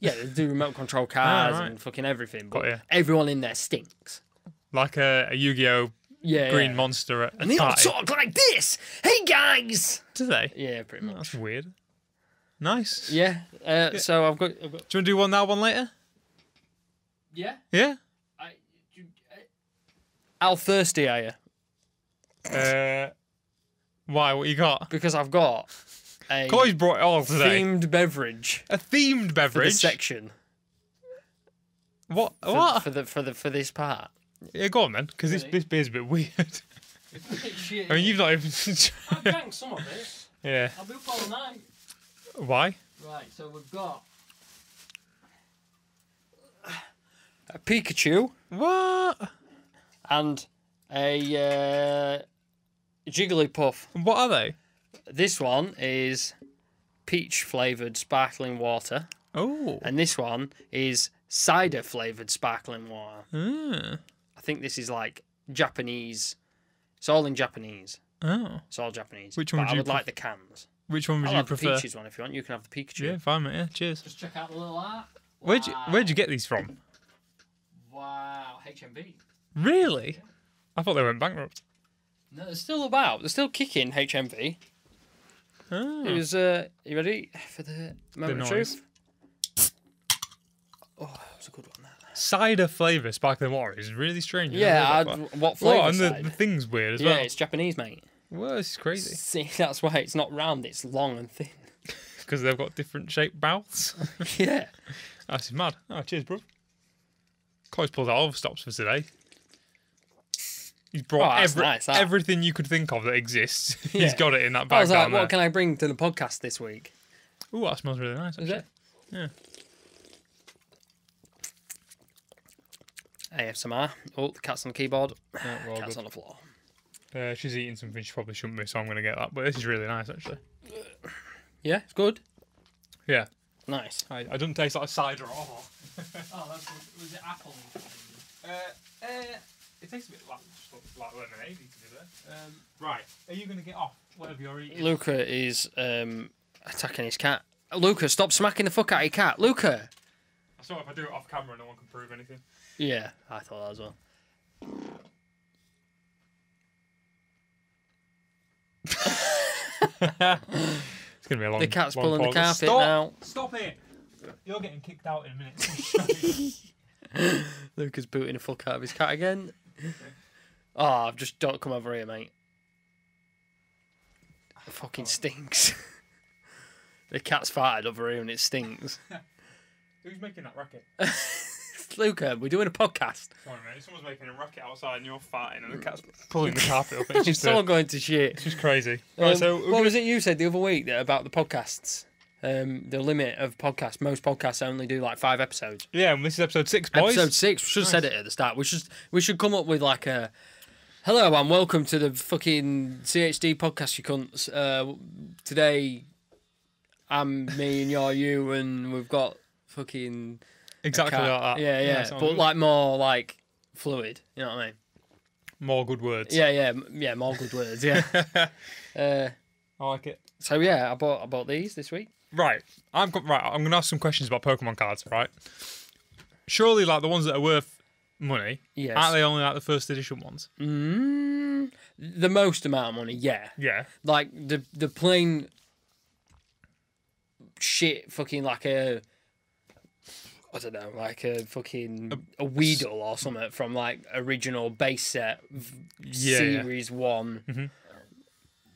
Speaker 1: Yeah, they do remote control cars
Speaker 2: Ah, right.
Speaker 1: and fucking everything. But
Speaker 2: Got ya.
Speaker 1: everyone in there stinks.
Speaker 2: Like a, a Yu-Gi-Oh
Speaker 1: Yeah.
Speaker 2: green
Speaker 1: yeah.
Speaker 2: monster at a
Speaker 1: And they all
Speaker 2: party.
Speaker 1: talk like this. Hey guys.
Speaker 2: Do they?
Speaker 1: Yeah, pretty much.
Speaker 2: That's weird. Nice.
Speaker 1: Yeah. Uh, So I've got. I've got
Speaker 2: Do you want to do one now, one later?
Speaker 1: yeah.
Speaker 2: Yeah.
Speaker 1: I, uh, how thirsty are you?
Speaker 2: Uh, why? What you got?
Speaker 1: Because I've got a
Speaker 2: Corey's brought it all today.
Speaker 1: themed beverage
Speaker 2: A themed
Speaker 1: for
Speaker 2: beverage.
Speaker 1: this section.
Speaker 2: what?
Speaker 1: For,
Speaker 2: what?
Speaker 1: for the for the for this part?
Speaker 2: Yeah, go on then, because this this beer's a bit weird. (laughs) I mean, you've not even. (laughs)
Speaker 1: I've drank some of this.
Speaker 2: yeah.
Speaker 1: I'll be up all night.
Speaker 2: Why?
Speaker 1: Right. So we've got a Pikachu.
Speaker 2: What?
Speaker 1: and a uh, Jigglypuff.
Speaker 2: What are they?
Speaker 1: This one is peach flavored sparkling water,
Speaker 2: Oh.
Speaker 1: and this one is cider flavored sparkling water.
Speaker 2: Mm.
Speaker 1: I think this is like Japanese. It's all in Japanese.
Speaker 2: Oh.
Speaker 1: It's all Japanese.
Speaker 2: Which one
Speaker 1: But
Speaker 2: would
Speaker 1: I
Speaker 2: you
Speaker 1: would
Speaker 2: pref-
Speaker 1: like the cans.
Speaker 2: Which one would
Speaker 1: I'll
Speaker 2: you
Speaker 1: have
Speaker 2: prefer?
Speaker 1: the peaches one if you want. You can have the Pikachu.
Speaker 2: Yeah, fine, mate. Yeah, cheers.
Speaker 1: Just check out the little art.
Speaker 2: Where'd you, where'd you get these from?
Speaker 1: Wow, HMV.
Speaker 2: Really? I thought they went bankrupt.
Speaker 1: No, they're still about. They're still kicking HMV.
Speaker 2: Oh.
Speaker 1: It was. Uh, you ready for the moment of
Speaker 2: noise.
Speaker 1: truth? Oh, that was a good one. That.
Speaker 2: Cider flavour sparkling water is really strange. I've
Speaker 1: Yeah,
Speaker 2: never heard
Speaker 1: I'd,
Speaker 2: that
Speaker 1: what
Speaker 2: before.
Speaker 1: flavour?
Speaker 2: Oh, and the,
Speaker 1: side?
Speaker 2: the thing's weird as
Speaker 1: yeah,
Speaker 2: well.
Speaker 1: it's Japanese, mate.
Speaker 2: Well, this is crazy
Speaker 1: See, (laughs) that's why it's not round. It's long and (laughs) thin.
Speaker 2: because they've got different shaped
Speaker 1: (laughs)
Speaker 2: mouths.
Speaker 1: yeah.
Speaker 2: That's mad. Oh, cheers, bro. Coy's pulled out all the stops for today. He's
Speaker 1: Oh,
Speaker 2: brought
Speaker 1: that's
Speaker 2: every,
Speaker 1: nice, that.
Speaker 2: everything you could think of that exists. (laughs) He's
Speaker 1: Yeah.
Speaker 2: got it in that
Speaker 1: I
Speaker 2: bag
Speaker 1: was like,
Speaker 2: down
Speaker 1: what
Speaker 2: there.
Speaker 1: can I bring to the podcast this week?
Speaker 2: Ooh, that smells really nice.
Speaker 1: Is
Speaker 2: actually.
Speaker 1: it? ASMR. Oh, the cat's on the keyboard.
Speaker 2: Yeah, well
Speaker 1: cat's
Speaker 2: good.
Speaker 1: on the floor.
Speaker 2: Uh, she's eating something she probably shouldn't be, so I'm going to get that. But this is really nice, actually.
Speaker 1: Yeah, it's good.
Speaker 2: Yeah,
Speaker 1: Nice.
Speaker 2: I, I don't taste like cider at all.
Speaker 1: (laughs) Oh, that's was it apple?
Speaker 2: Uh, uh, it tastes a bit like, like lemonade, to be there. Um, right, are you going to get off whatever you're eating?
Speaker 1: Luca is um, attacking his cat. Luca, stop smacking the fuck out of your cat. Luca.
Speaker 2: I saw if I do it off camera, no one can prove anything.
Speaker 1: Yeah, I thought that as well.
Speaker 2: It's going to be a long
Speaker 1: The cat's
Speaker 2: long
Speaker 1: pulling the
Speaker 2: pause.
Speaker 1: carpet
Speaker 2: Stop!
Speaker 1: now.
Speaker 2: Stop it! You're getting kicked out in a minute. (laughs)
Speaker 1: Luca's booting the fuck out of his cat
Speaker 2: (laughs)
Speaker 1: again. Oh, I've just don't come over here, mate. It fucking stinks. (laughs) the cat's farted over here and it stinks.
Speaker 2: Who's making that racket?
Speaker 1: Luca, we're doing a podcast.
Speaker 2: Sorry, mate. Someone's making a racket outside and you're farting and the cat's
Speaker 1: Mm.
Speaker 2: pulling the carpet up.
Speaker 1: (laughs)
Speaker 2: It's
Speaker 1: It's
Speaker 2: just,
Speaker 1: all
Speaker 2: uh,
Speaker 1: going to shit.
Speaker 2: it's just crazy. Right,
Speaker 1: Um,
Speaker 2: so
Speaker 1: what was it you said the other week that about the podcasts? Um, the limit of podcasts. Most podcasts only do like five episodes.
Speaker 2: yeah, and this is episode six, boys.
Speaker 1: Episode six. We should have said it at the start. We should we should come up with like a hello and welcome to the fucking CHD podcast. You cunts. Uh, today, I'm me and you're you, and we've got fucking
Speaker 2: exactly
Speaker 1: cat.
Speaker 2: like that.
Speaker 1: yeah, yeah,
Speaker 2: sounds
Speaker 1: but
Speaker 2: good.
Speaker 1: like more like fluid. You know what I mean?
Speaker 2: more good words.
Speaker 1: Yeah, yeah, m- yeah. More good words.
Speaker 2: (laughs)
Speaker 1: Yeah. uh,
Speaker 2: I like it.
Speaker 1: so yeah, I bought I bought these this week.
Speaker 2: Right, I'm go- right. I'm gonna ask some questions about Pokemon cards. Right, surely like the ones that are worth money,
Speaker 1: Yes.
Speaker 2: aren't they only like the first edition ones?
Speaker 1: Mm, the most amount of money. Yeah.
Speaker 2: Yeah,
Speaker 1: like the the plain shit fucking like a I don't know, like a fucking a, Weedle or something from like original base set v-
Speaker 2: yeah.
Speaker 1: series one.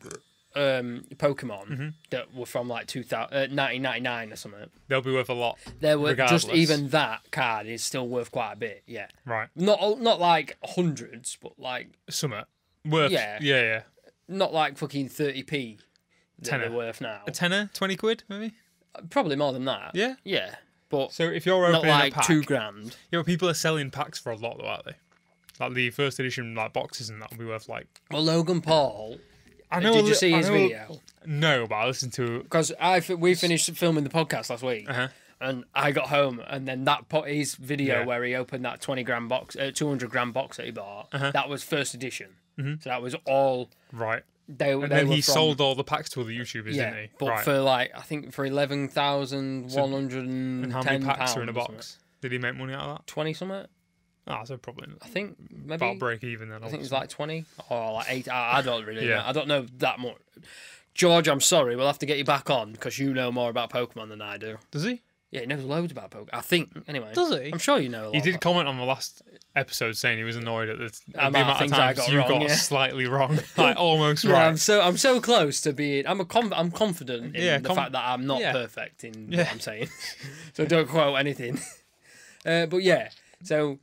Speaker 2: Mm-hmm.
Speaker 1: um, Pokemon that were from like 2000, uh, 1999 or something.
Speaker 2: They'll be worth a lot.
Speaker 1: There were just
Speaker 2: Regardless.
Speaker 1: even that card is still worth quite a bit. Yeah,
Speaker 2: Right.
Speaker 1: not not like hundreds, but like
Speaker 2: Summit. Worth.
Speaker 1: Yeah.
Speaker 2: Yeah. Yeah. yeah.
Speaker 1: not like fucking 30p that
Speaker 2: Tenner.
Speaker 1: they're worth now.
Speaker 2: Tenner, 20 quid, maybe?
Speaker 1: Probably more than that.
Speaker 2: Yeah.
Speaker 1: Yeah, but
Speaker 2: So if you're
Speaker 1: not
Speaker 2: opening a
Speaker 1: like
Speaker 2: pack,
Speaker 1: two grand.
Speaker 2: yeah, but people are selling packs for a lot though, aren't they? Like the first edition, like boxes, and that will be worth like.
Speaker 1: Well, Logan Paul.
Speaker 2: I
Speaker 1: Uh, Did
Speaker 2: a
Speaker 1: you
Speaker 2: li-
Speaker 1: see
Speaker 2: I
Speaker 1: his
Speaker 2: know a-
Speaker 1: video?
Speaker 2: No, but I listened to.
Speaker 1: Because I fi- we finished filming the podcast last week,
Speaker 2: Uh-huh.
Speaker 1: and I got home, and then that po- his video
Speaker 2: Yeah.
Speaker 1: where he opened that twenty grand box, uh, two hundred grand box that he bought,
Speaker 2: Uh-huh.
Speaker 1: that was first edition. So that was all
Speaker 2: Right.
Speaker 1: they.
Speaker 2: Mm-hmm. And
Speaker 1: they
Speaker 2: then
Speaker 1: were
Speaker 2: he
Speaker 1: from-
Speaker 2: sold all the packs to other YouTubers,
Speaker 1: Yeah,
Speaker 2: didn't he?
Speaker 1: but
Speaker 2: right.
Speaker 1: for like I think for eleven thousand one hundred
Speaker 2: and
Speaker 1: and
Speaker 2: how many
Speaker 1: ten
Speaker 2: packs
Speaker 1: pounds
Speaker 2: are in a box? Did he make money out of that?
Speaker 1: Twenty something,
Speaker 2: Ah, so probably
Speaker 1: I think maybe.
Speaker 2: about break even then.
Speaker 1: I think it's like 20 or like 8. I, I don't really
Speaker 2: Yeah.
Speaker 1: know. I don't know that much. George, I'm sorry. We'll have to get you back on because you know more about Pokemon than I do.
Speaker 2: Does he?
Speaker 1: Yeah, he knows loads about Pokemon. I think, anyway.
Speaker 2: Does he?
Speaker 1: I'm sure you know a lot.
Speaker 2: He did
Speaker 1: about-
Speaker 2: comment on the last episode saying he was annoyed at the, at
Speaker 1: Amount
Speaker 2: the
Speaker 1: of
Speaker 2: amount of
Speaker 1: things I
Speaker 2: times
Speaker 1: got
Speaker 2: you
Speaker 1: wrong,
Speaker 2: got
Speaker 1: yeah. (laughs)
Speaker 2: slightly wrong, like almost
Speaker 1: Yeah, I'm
Speaker 2: right.
Speaker 1: so I'm so close to being. I'm a conf, I'm confident in
Speaker 2: Yeah,
Speaker 1: the
Speaker 2: conf-
Speaker 1: fact that I'm not
Speaker 2: yeah.
Speaker 1: perfect in
Speaker 2: Yeah.
Speaker 1: what I'm saying. (laughs) so don't quote anything. (laughs) Uh, but yeah, so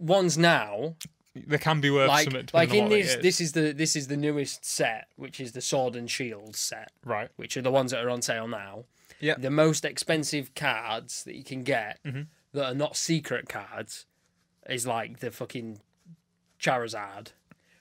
Speaker 1: ones now
Speaker 2: They can be worth
Speaker 1: like
Speaker 2: something.
Speaker 1: like
Speaker 2: depending
Speaker 1: in
Speaker 2: on what it
Speaker 1: this this
Speaker 2: is.
Speaker 1: is the this is the newest set which is the sword and shield set
Speaker 2: right.
Speaker 1: which are the ones that are on sale now.
Speaker 2: Yeah. Mm-hmm.
Speaker 1: The most expensive cards that you can get that are not secret cards is like the fucking Charizard.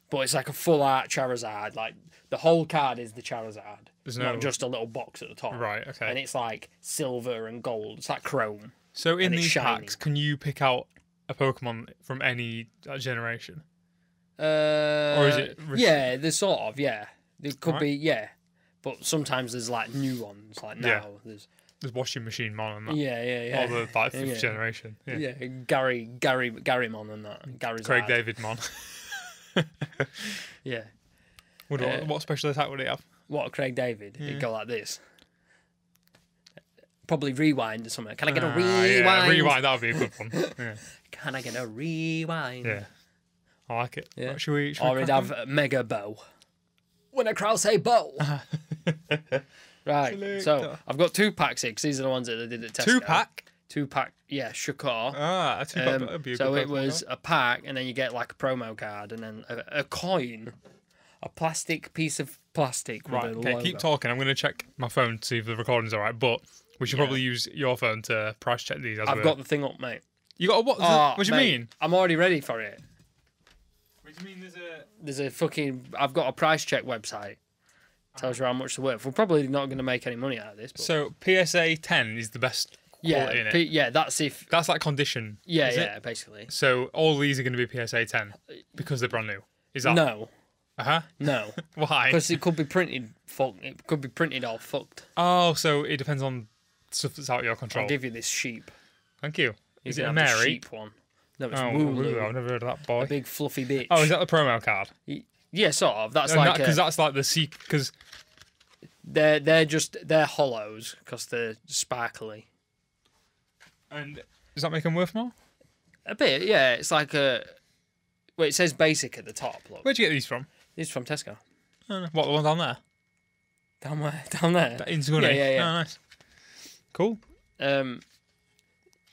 Speaker 1: But it's like a full art Charizard. Like the whole card is the Charizard.
Speaker 2: There's no-
Speaker 1: not just a little box at the top.
Speaker 2: Right, okay.
Speaker 1: And it's like silver and gold. It's like chrome.
Speaker 2: So in
Speaker 1: and it's
Speaker 2: these
Speaker 1: shiny.
Speaker 2: packs, can you pick out a Pokemon from any uh, generation?
Speaker 1: Uh,
Speaker 2: Or is it res-
Speaker 1: Yeah, there's sort of, yeah. There could
Speaker 2: Right.
Speaker 1: be, yeah. But sometimes there's like new ones. Like now,
Speaker 2: Yeah.
Speaker 1: there's.
Speaker 2: There's Washing Machine Mon and that.
Speaker 1: Yeah, yeah, yeah.
Speaker 2: Or the like,
Speaker 1: (laughs)
Speaker 2: fifth
Speaker 1: Yeah.
Speaker 2: generation. Yeah.
Speaker 1: Yeah, Gary, Gary, Gary Mon and that. Gary's
Speaker 2: Craig
Speaker 1: dad.
Speaker 2: David Mon. (laughs)
Speaker 1: Yeah.
Speaker 2: Would,
Speaker 1: Uh,
Speaker 2: what special attack would he have?
Speaker 1: What, Craig David? He'd go like this. Probably rewind or something. Can I get a
Speaker 2: Ah,
Speaker 1: rewind?
Speaker 2: yeah, rewind. That would be a good
Speaker 1: (laughs)
Speaker 2: one. Yeah.
Speaker 1: Can I get a rewind?
Speaker 2: yeah. I like it.
Speaker 1: Yeah.
Speaker 2: Right, Should we? Should
Speaker 1: Or
Speaker 2: we
Speaker 1: he'd
Speaker 2: crack on?
Speaker 1: have a mega bow. When a crowd say
Speaker 2: (laughs)
Speaker 1: bow. right. So
Speaker 2: Selector.
Speaker 1: I've got two pack six. These are the ones that they did at Tesco.
Speaker 2: two pack?
Speaker 1: Two pack. Yeah, Shakur.
Speaker 2: Ah, a two pack.
Speaker 1: Um,
Speaker 2: that'd be a
Speaker 1: so
Speaker 2: good
Speaker 1: it
Speaker 2: Pokemon
Speaker 1: was
Speaker 2: card.
Speaker 1: a pack, and then you get like a promo card, and then a, a coin, a plastic piece of plastic. With
Speaker 2: Right.
Speaker 1: a
Speaker 2: Okay.
Speaker 1: logo.
Speaker 2: Keep talking. I'm going to check my phone to see if the recording's all right. But we should probably use your phone to price check these. As
Speaker 1: I've
Speaker 2: we're-
Speaker 1: got the thing up, mate.
Speaker 2: You got a what?
Speaker 1: Ah,
Speaker 2: what do you
Speaker 1: mate,
Speaker 2: mean?
Speaker 1: I'm already ready for it.
Speaker 2: What do you mean? There's a
Speaker 1: There's a fucking. I've got a price check website. Tells you how much they're worth. We're probably not going to make any money out of this. But
Speaker 2: so PSA 10 is the best quality in
Speaker 1: yeah,
Speaker 2: it.
Speaker 1: P- yeah, that's if.
Speaker 2: That's like condition.
Speaker 1: Yeah,
Speaker 2: is it?
Speaker 1: yeah, basically.
Speaker 2: So all these are going to be PSA 10 because they're brand new. Is that?
Speaker 1: No,
Speaker 2: Uh huh. (laughs)
Speaker 1: no,
Speaker 2: Why?
Speaker 1: because it could be printed. Fuck, it could be printed all fucked.
Speaker 2: Oh, so it depends on stuff that's out of your control.
Speaker 1: I'll give you this sheep.
Speaker 2: Thank you. Is
Speaker 1: You
Speaker 2: it a
Speaker 1: can have the
Speaker 2: Mary?
Speaker 1: sheep one? No, it's
Speaker 2: Oh,
Speaker 1: Wooloo.
Speaker 2: Wooloo, I've never heard of that boy.
Speaker 1: Big fluffy bitch.
Speaker 2: Oh, is that the promo card?
Speaker 1: Yeah, sort of. That's
Speaker 2: Because
Speaker 1: like uh, a-
Speaker 2: that's like the seek. Because
Speaker 1: they're they're just they're hollows because they're sparkly.
Speaker 2: and does that make them worth more?
Speaker 1: A bit, yeah. It's like a. Well, it says basic at the top. Look,
Speaker 2: Where'd you get these from?
Speaker 1: it's from Tesco.
Speaker 2: I don't know. What the one down there?
Speaker 1: Down where? (laughs) Down there.
Speaker 2: That in Zguni?
Speaker 1: Yeah, yeah, yeah.
Speaker 2: Oh, nice. Cool.
Speaker 1: Um.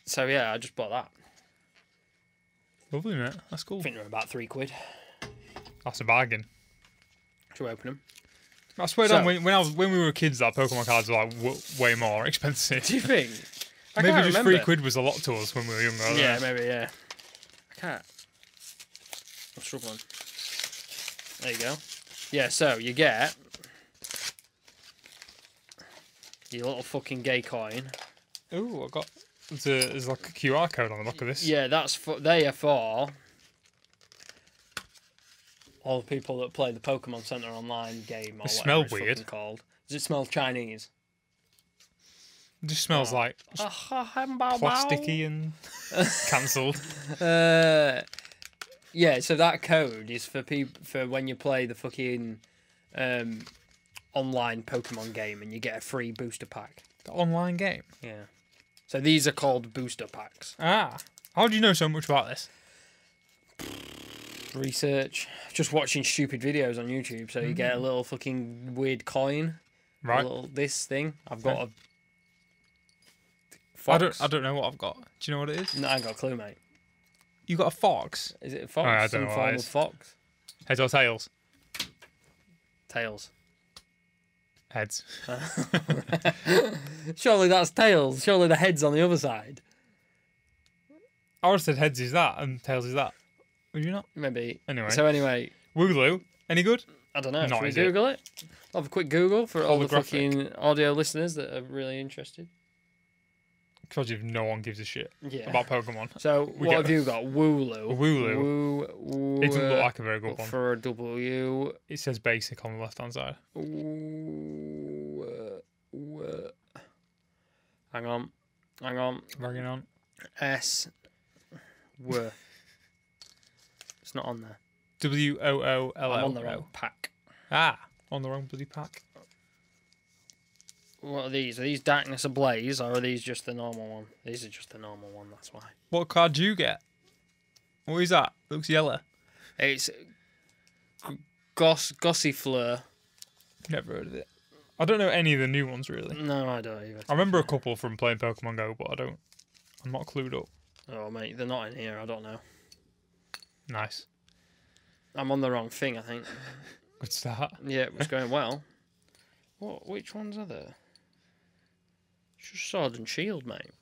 Speaker 1: So yeah, I just bought that.
Speaker 2: Lovely, mate. That's cool.
Speaker 1: I think they're about three quid.
Speaker 2: That's a bargain.
Speaker 1: to open them?
Speaker 2: I swear
Speaker 1: So-
Speaker 2: down when when, I was, when we were kids, our Pokemon cards were like w- way more expensive.
Speaker 1: (laughs) Do you think? (laughs) I
Speaker 2: Maybe
Speaker 1: can't
Speaker 2: just
Speaker 1: remember.
Speaker 2: three quid was a lot to us when we were younger. I don't
Speaker 1: Yeah,
Speaker 2: know.
Speaker 1: maybe. Yeah. I can't. I'm struggling. There you go. Yeah. So you get your little fucking gay coin.
Speaker 2: Ooh, I got there's, a, there's like a QR code on the back of this.
Speaker 1: Yeah, that's for they are for all the people that play the Pokemon Center online game. Or
Speaker 2: It
Speaker 1: whatever
Speaker 2: smell
Speaker 1: it's
Speaker 2: weird.
Speaker 1: fucking Called does it smell Chinese?
Speaker 2: It just smells like plasticky
Speaker 1: (laughs)
Speaker 2: and cancelled.
Speaker 1: Uh, yeah. So that code is for people for when you play the fucking um, online Pokemon game and you get a free booster pack.
Speaker 2: The online game.
Speaker 1: Yeah. So these are called booster packs.
Speaker 2: Ah, how do you know so much about this?
Speaker 1: Research. Mm-hmm. I've just watching stupid videos on YouTube. So you get a little fucking weird coin, a
Speaker 2: Right.
Speaker 1: little this thing. I've got a.
Speaker 2: I
Speaker 1: Fox.
Speaker 2: don't. I don't know what I've got. Do you know what it is?
Speaker 1: No, I ain't got a clue, mate.
Speaker 2: You got a fox.
Speaker 1: Is it a fox?
Speaker 2: I don't
Speaker 1: Some
Speaker 2: know what
Speaker 1: form
Speaker 2: that
Speaker 1: of
Speaker 2: is.
Speaker 1: fox.
Speaker 2: Heads or tails?
Speaker 1: Tails.
Speaker 2: Heads.
Speaker 1: Surely that's tails. Surely the head's on the other side.
Speaker 2: I would have said heads is that and tails is that. Would you not?
Speaker 1: Maybe.
Speaker 2: Anyway.
Speaker 1: So anyway,
Speaker 2: Wooloo. Any good?
Speaker 1: I don't know.
Speaker 2: Not
Speaker 1: Should we
Speaker 2: is it?
Speaker 1: Google it? I'll have a quick Google for all the
Speaker 2: Holographic.
Speaker 1: fucking audio listeners that are really interested.
Speaker 2: Because if no one gives a shit
Speaker 1: Yeah.
Speaker 2: about
Speaker 1: (laughs)
Speaker 2: Pokemon,
Speaker 1: So
Speaker 2: We
Speaker 1: what
Speaker 2: get
Speaker 1: have
Speaker 2: it.
Speaker 1: you got? Wooloo.
Speaker 2: Wooloo.
Speaker 1: Woo.
Speaker 2: it doesn't look like a very good one.
Speaker 1: for a W.
Speaker 2: It says basic on the left hand side.
Speaker 1: Woo- woo- Hang on. Hang on.
Speaker 2: Ragging on.
Speaker 1: S. W. It's not on there.
Speaker 2: W O O L
Speaker 1: I'm
Speaker 2: O
Speaker 1: on the wrong
Speaker 2: O.
Speaker 1: pack.
Speaker 2: Ah, on the wrong bloody pack.
Speaker 1: What are these? Are these Darkness Ablaze or are these just the normal one? These are just the normal one, that's why.
Speaker 2: What card do you get? What is that? Looks yellow.
Speaker 1: It's G- Goss Gossifleur.
Speaker 2: Never heard of it. I don't know any of the new ones really.
Speaker 1: No, I don't either.
Speaker 2: I remember a couple from playing Pokemon Go, but I don't. I'm not clued up.
Speaker 1: Oh mate, they're not in here, I don't know.
Speaker 2: Nice.
Speaker 1: I'm on the wrong thing, I think.
Speaker 2: Good start.
Speaker 1: Yeah, it was going well. What which ones are there? It's just sword and shield, mate.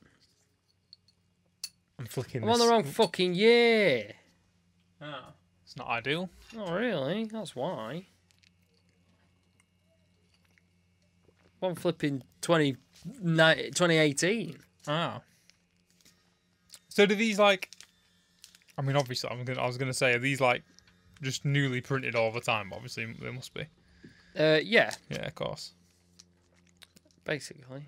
Speaker 2: I'm flicking.
Speaker 1: I'm on the
Speaker 2: this.
Speaker 1: wrong fucking year.
Speaker 2: Ah, it's not ideal.
Speaker 1: Not really, that's why. One flipping 20, 2018.
Speaker 2: Ah. So do these like? I mean, obviously, I'm gonna. I was gonna say, are these like just newly printed all the time? Obviously, they must be.
Speaker 1: Uh, yeah,
Speaker 2: Yeah, of course.
Speaker 1: basically.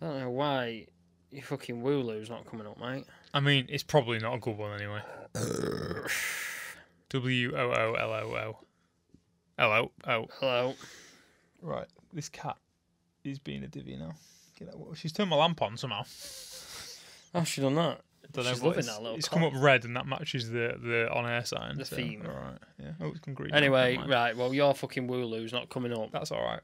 Speaker 1: I don't know why your fucking Wooloo's not coming up, mate.
Speaker 2: I mean, it's probably not a good one (sighs) anyway. W O O L O O. L O O.
Speaker 1: Hello.
Speaker 2: Right, this cat is being a divvy now. Get that- She's turned my lamp on somehow.
Speaker 1: How's she done that?
Speaker 2: Don't
Speaker 1: She's
Speaker 2: know, but
Speaker 1: loving
Speaker 2: it's,
Speaker 1: that little
Speaker 2: It's come
Speaker 1: cot.
Speaker 2: up red, and that matches the the on air sign.
Speaker 1: The
Speaker 2: so,
Speaker 1: theme.
Speaker 2: All right. Yeah. Oh, it's gone green. now,
Speaker 1: Anyway,
Speaker 2: never mind.
Speaker 1: right, well, your fucking Wooloo's not coming up.
Speaker 2: that's all right.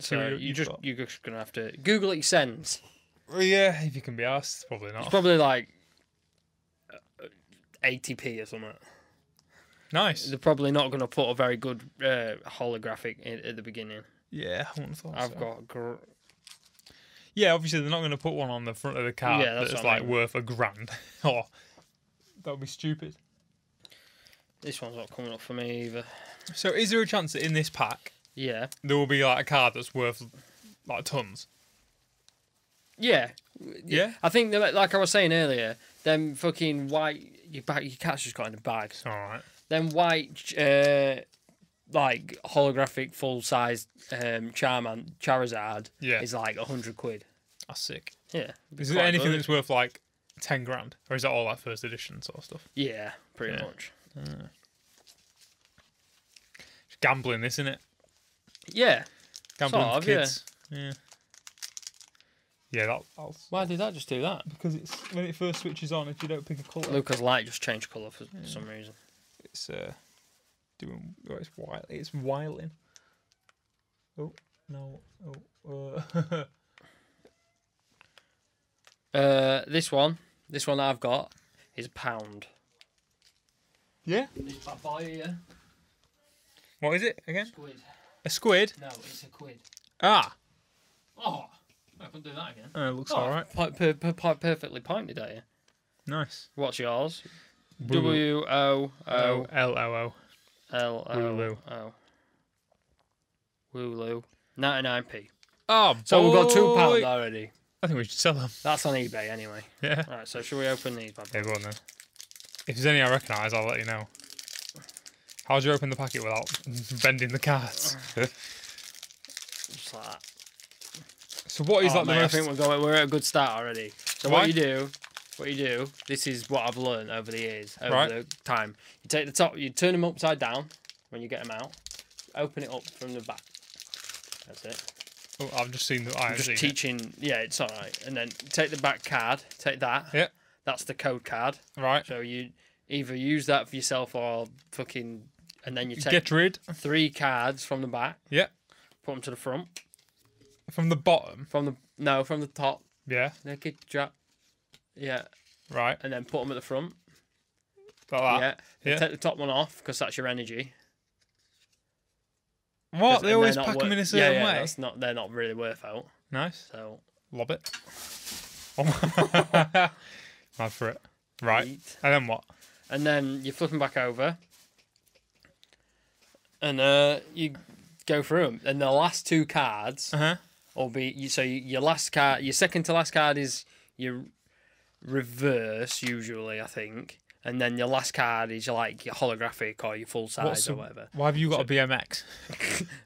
Speaker 1: So
Speaker 2: you-
Speaker 1: you,
Speaker 2: you've
Speaker 1: just
Speaker 2: got-
Speaker 1: you're just gonna have to Google it. Sends.
Speaker 2: Well, yeah, if you can be asked, probably not.
Speaker 1: It's probably like uh, eighty p or something.
Speaker 2: nice.
Speaker 1: They're probably not gonna put a very good uh, holographic in, at the beginning.
Speaker 2: yeah, I wouldn't have thought
Speaker 1: I've
Speaker 2: so.
Speaker 1: got gr-
Speaker 2: Yeah, obviously they're not going to put one on the front of the car
Speaker 1: Yeah, that's
Speaker 2: that's,
Speaker 1: what I
Speaker 2: like
Speaker 1: mean.
Speaker 2: worth a grand. (laughs) oh, that would be stupid.
Speaker 1: this one's not coming up for me either.
Speaker 2: So, is there a chance that in this pack
Speaker 1: Yeah,
Speaker 2: there will be like a card that's worth like tons?
Speaker 1: yeah,
Speaker 2: Yeah.
Speaker 1: I think that, like I was saying earlier, them fucking white your back your cat's just got in a bag.
Speaker 2: All right.
Speaker 1: Them white uh, like holographic full size um, Charman Charizard
Speaker 2: Yeah.
Speaker 1: is like hundred quid.
Speaker 2: That's sick.
Speaker 1: Yeah,
Speaker 2: Is there
Speaker 1: Quite
Speaker 2: anything
Speaker 1: good.
Speaker 2: that's worth like ten grand, or is that all that first edition sort of stuff?
Speaker 1: Yeah, pretty
Speaker 2: Yeah.
Speaker 1: much.
Speaker 2: It's gambling, this, isn't it?
Speaker 1: Yeah.
Speaker 2: Gambling
Speaker 1: Sort
Speaker 2: for
Speaker 1: of, yeah.
Speaker 2: kids. Yeah. Yeah, that, that's
Speaker 1: Why did that just do that?
Speaker 2: because it's when it first switches on. If you don't pick a color,
Speaker 1: Luca's light just changed colour for some reason.
Speaker 2: it's uh, doing. Oh, it's wild. It's wilding. Oh no! Oh, uh, (laughs)
Speaker 1: Uh, this one, this one that I've got, is pound.
Speaker 2: yeah.
Speaker 1: It's that boy here.
Speaker 2: What is it again?
Speaker 1: Squid.
Speaker 2: A squid.
Speaker 1: No, it's a quid.
Speaker 2: Ah,
Speaker 1: Oh, I can do that again.
Speaker 2: uh, looks all right.
Speaker 1: Quite Oh, per- per- quite perfectly pointed at you.
Speaker 2: Nice.
Speaker 1: What's yours?
Speaker 2: Wooloo.
Speaker 1: W O
Speaker 2: O
Speaker 1: O
Speaker 2: L O O.
Speaker 1: L O
Speaker 2: Wooloo.
Speaker 1: O. Wooloo. 99p.
Speaker 2: Oh,
Speaker 1: So we've got two pounds
Speaker 2: boy.
Speaker 1: already.
Speaker 2: I think we should sell them. (laughs)
Speaker 1: That's on eBay anyway.
Speaker 2: Yeah.
Speaker 1: Right, so should we open these bad boys?
Speaker 2: Yeah, go on then. If there's any I recognise, I'll let you know. How'd you open the packet without (laughs) bending the cards? (laughs)
Speaker 1: Just like that.
Speaker 2: so what is
Speaker 1: Oh,
Speaker 2: that
Speaker 1: mate,
Speaker 2: the
Speaker 1: I
Speaker 2: most?
Speaker 1: think we're going. We're at a good start already. So
Speaker 2: Why?
Speaker 1: what you do, what you do. This is what I've learned over the years, over
Speaker 2: Right.
Speaker 1: the time. You take the top. You turn them upside down when you get them out. Open it up from the back. That's it.
Speaker 2: Oh, I've just seen the. I
Speaker 1: I'm
Speaker 2: haven't
Speaker 1: just
Speaker 2: seen it.
Speaker 1: teaching. Yeah, it's all right. And then take the back card. Take that.
Speaker 2: Yeah.
Speaker 1: That's the code card.
Speaker 2: Right.
Speaker 1: So you Either use that for yourself or fucking, and then you take
Speaker 2: Get rid.
Speaker 1: (laughs) three cards from the back,
Speaker 2: Yeah.
Speaker 1: put them to the front.
Speaker 2: From the bottom.
Speaker 1: From the no, from the top,
Speaker 2: Yeah.
Speaker 1: naked jack. Yeah,
Speaker 2: Right.
Speaker 1: and then put them at the front.
Speaker 2: Like
Speaker 1: yeah.
Speaker 2: that. Oh, ah. yeah.
Speaker 1: Take the top one off because that's your energy.
Speaker 2: What?
Speaker 1: 'Cause- and
Speaker 2: They
Speaker 1: they're
Speaker 2: always
Speaker 1: not
Speaker 2: pack
Speaker 1: wor-
Speaker 2: them in a
Speaker 1: yeah,
Speaker 2: certain
Speaker 1: yeah,
Speaker 2: way.
Speaker 1: That's not. They're not really worth out.
Speaker 2: Nice.
Speaker 1: So (laughs)
Speaker 2: Lob it. (laughs) Oh. Mad for it. Right.
Speaker 1: Yeet.
Speaker 2: And then what?
Speaker 1: and then you flip them back over, and uh, you go through them. And the last two cards
Speaker 2: Uh huh.
Speaker 1: will be you, so you- your last card, your second to last card is your reverse usually, I think, and then your last card is your like your holographic or your full size
Speaker 2: What's
Speaker 1: or
Speaker 2: the-
Speaker 1: whatever.
Speaker 2: Why have you got a BMX?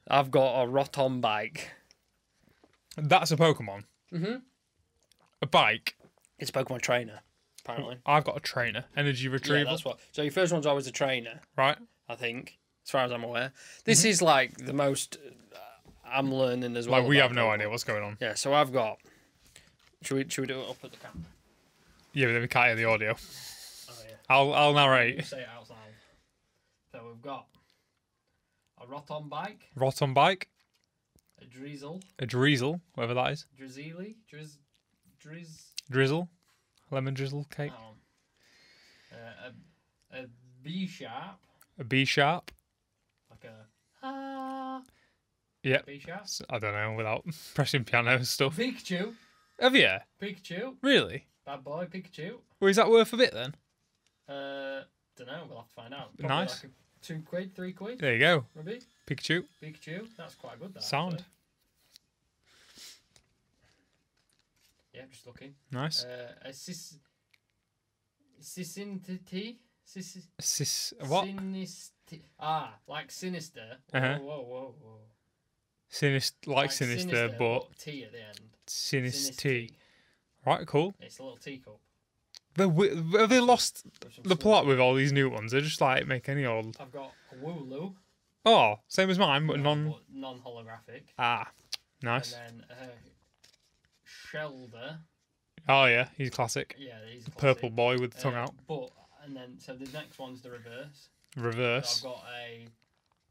Speaker 1: I've got a Rotom bike.
Speaker 2: That's a Pokemon.
Speaker 1: Mhm.
Speaker 2: A bike.
Speaker 1: It's a Pokemon trainer, (laughs) apparently.
Speaker 2: I've got a trainer. Energy
Speaker 1: Yeah,
Speaker 2: retrieval.
Speaker 1: that's what. So your first one's always a trainer,
Speaker 2: right.
Speaker 1: I think, as far as I'm aware. This is like the most uh, I'm learning as well.
Speaker 2: Like we
Speaker 1: about
Speaker 2: have no
Speaker 1: Pokemon.
Speaker 2: idea what's going on.
Speaker 1: Yeah, so I've got. Should we, should we do it up at the camera?
Speaker 2: Yeah, but then we can't hear the audio.
Speaker 1: Oh, yeah.
Speaker 2: I'll I'll narrate.
Speaker 1: Say it out loud. So we've got a Rotom bike,
Speaker 2: Rotom bike.
Speaker 1: a Drizzle,
Speaker 2: A drizzle, whatever that is.
Speaker 1: Drizzly, Drizz. Drizz.
Speaker 2: Drizzle. Lemon drizzle cake.
Speaker 1: Oh. Uh, a, a B sharp,
Speaker 2: A B sharp.
Speaker 1: like a. Ah,
Speaker 2: Yep.
Speaker 1: B sharp.
Speaker 2: S- I don't know without (laughs) pressing piano and stuff.
Speaker 1: Pikachu,
Speaker 2: Have you?
Speaker 1: Pikachu,
Speaker 2: Really?
Speaker 1: bad boy, Pikachu.
Speaker 2: Well, is that worth a bit then?
Speaker 1: Uh, don't know. We'll have to find out.
Speaker 2: Nice.
Speaker 1: like a two quid, three quid,
Speaker 2: There you go.
Speaker 1: maybe.
Speaker 2: Pikachu.
Speaker 1: Pikachu. That's quite good. That
Speaker 2: Sound.
Speaker 1: actually. Yeah, I'm just looking.
Speaker 2: Nice.
Speaker 1: Uh, a sis. Sisinity. Sis.
Speaker 2: Sis. What?
Speaker 1: Sinisti- ah, like sinister. Whoa,
Speaker 2: Uh-huh.
Speaker 1: whoa, whoa, whoa.
Speaker 2: Sinist. Like, sinister, but
Speaker 1: T at the end.
Speaker 2: sinisty.
Speaker 1: Sinisty.
Speaker 2: Right. Cool.
Speaker 1: It's a little teacup.
Speaker 2: They wi- have they lost
Speaker 1: with some
Speaker 2: the
Speaker 1: swirl.
Speaker 2: plot with all these new ones? They just like make any old.
Speaker 1: I've got a Wooloo,
Speaker 2: Oh, same as mine, but non.
Speaker 1: but non-holographic,
Speaker 2: Ah, nice.
Speaker 1: and then uh, Shelder.
Speaker 2: Oh yeah, he's classic.
Speaker 1: Yeah, he's a
Speaker 2: Purple
Speaker 1: classic.
Speaker 2: boy with the (laughs) tongue
Speaker 1: Uh,
Speaker 2: out.
Speaker 1: But and then so the next one's the reverse.
Speaker 2: Reverse.
Speaker 1: So I've got a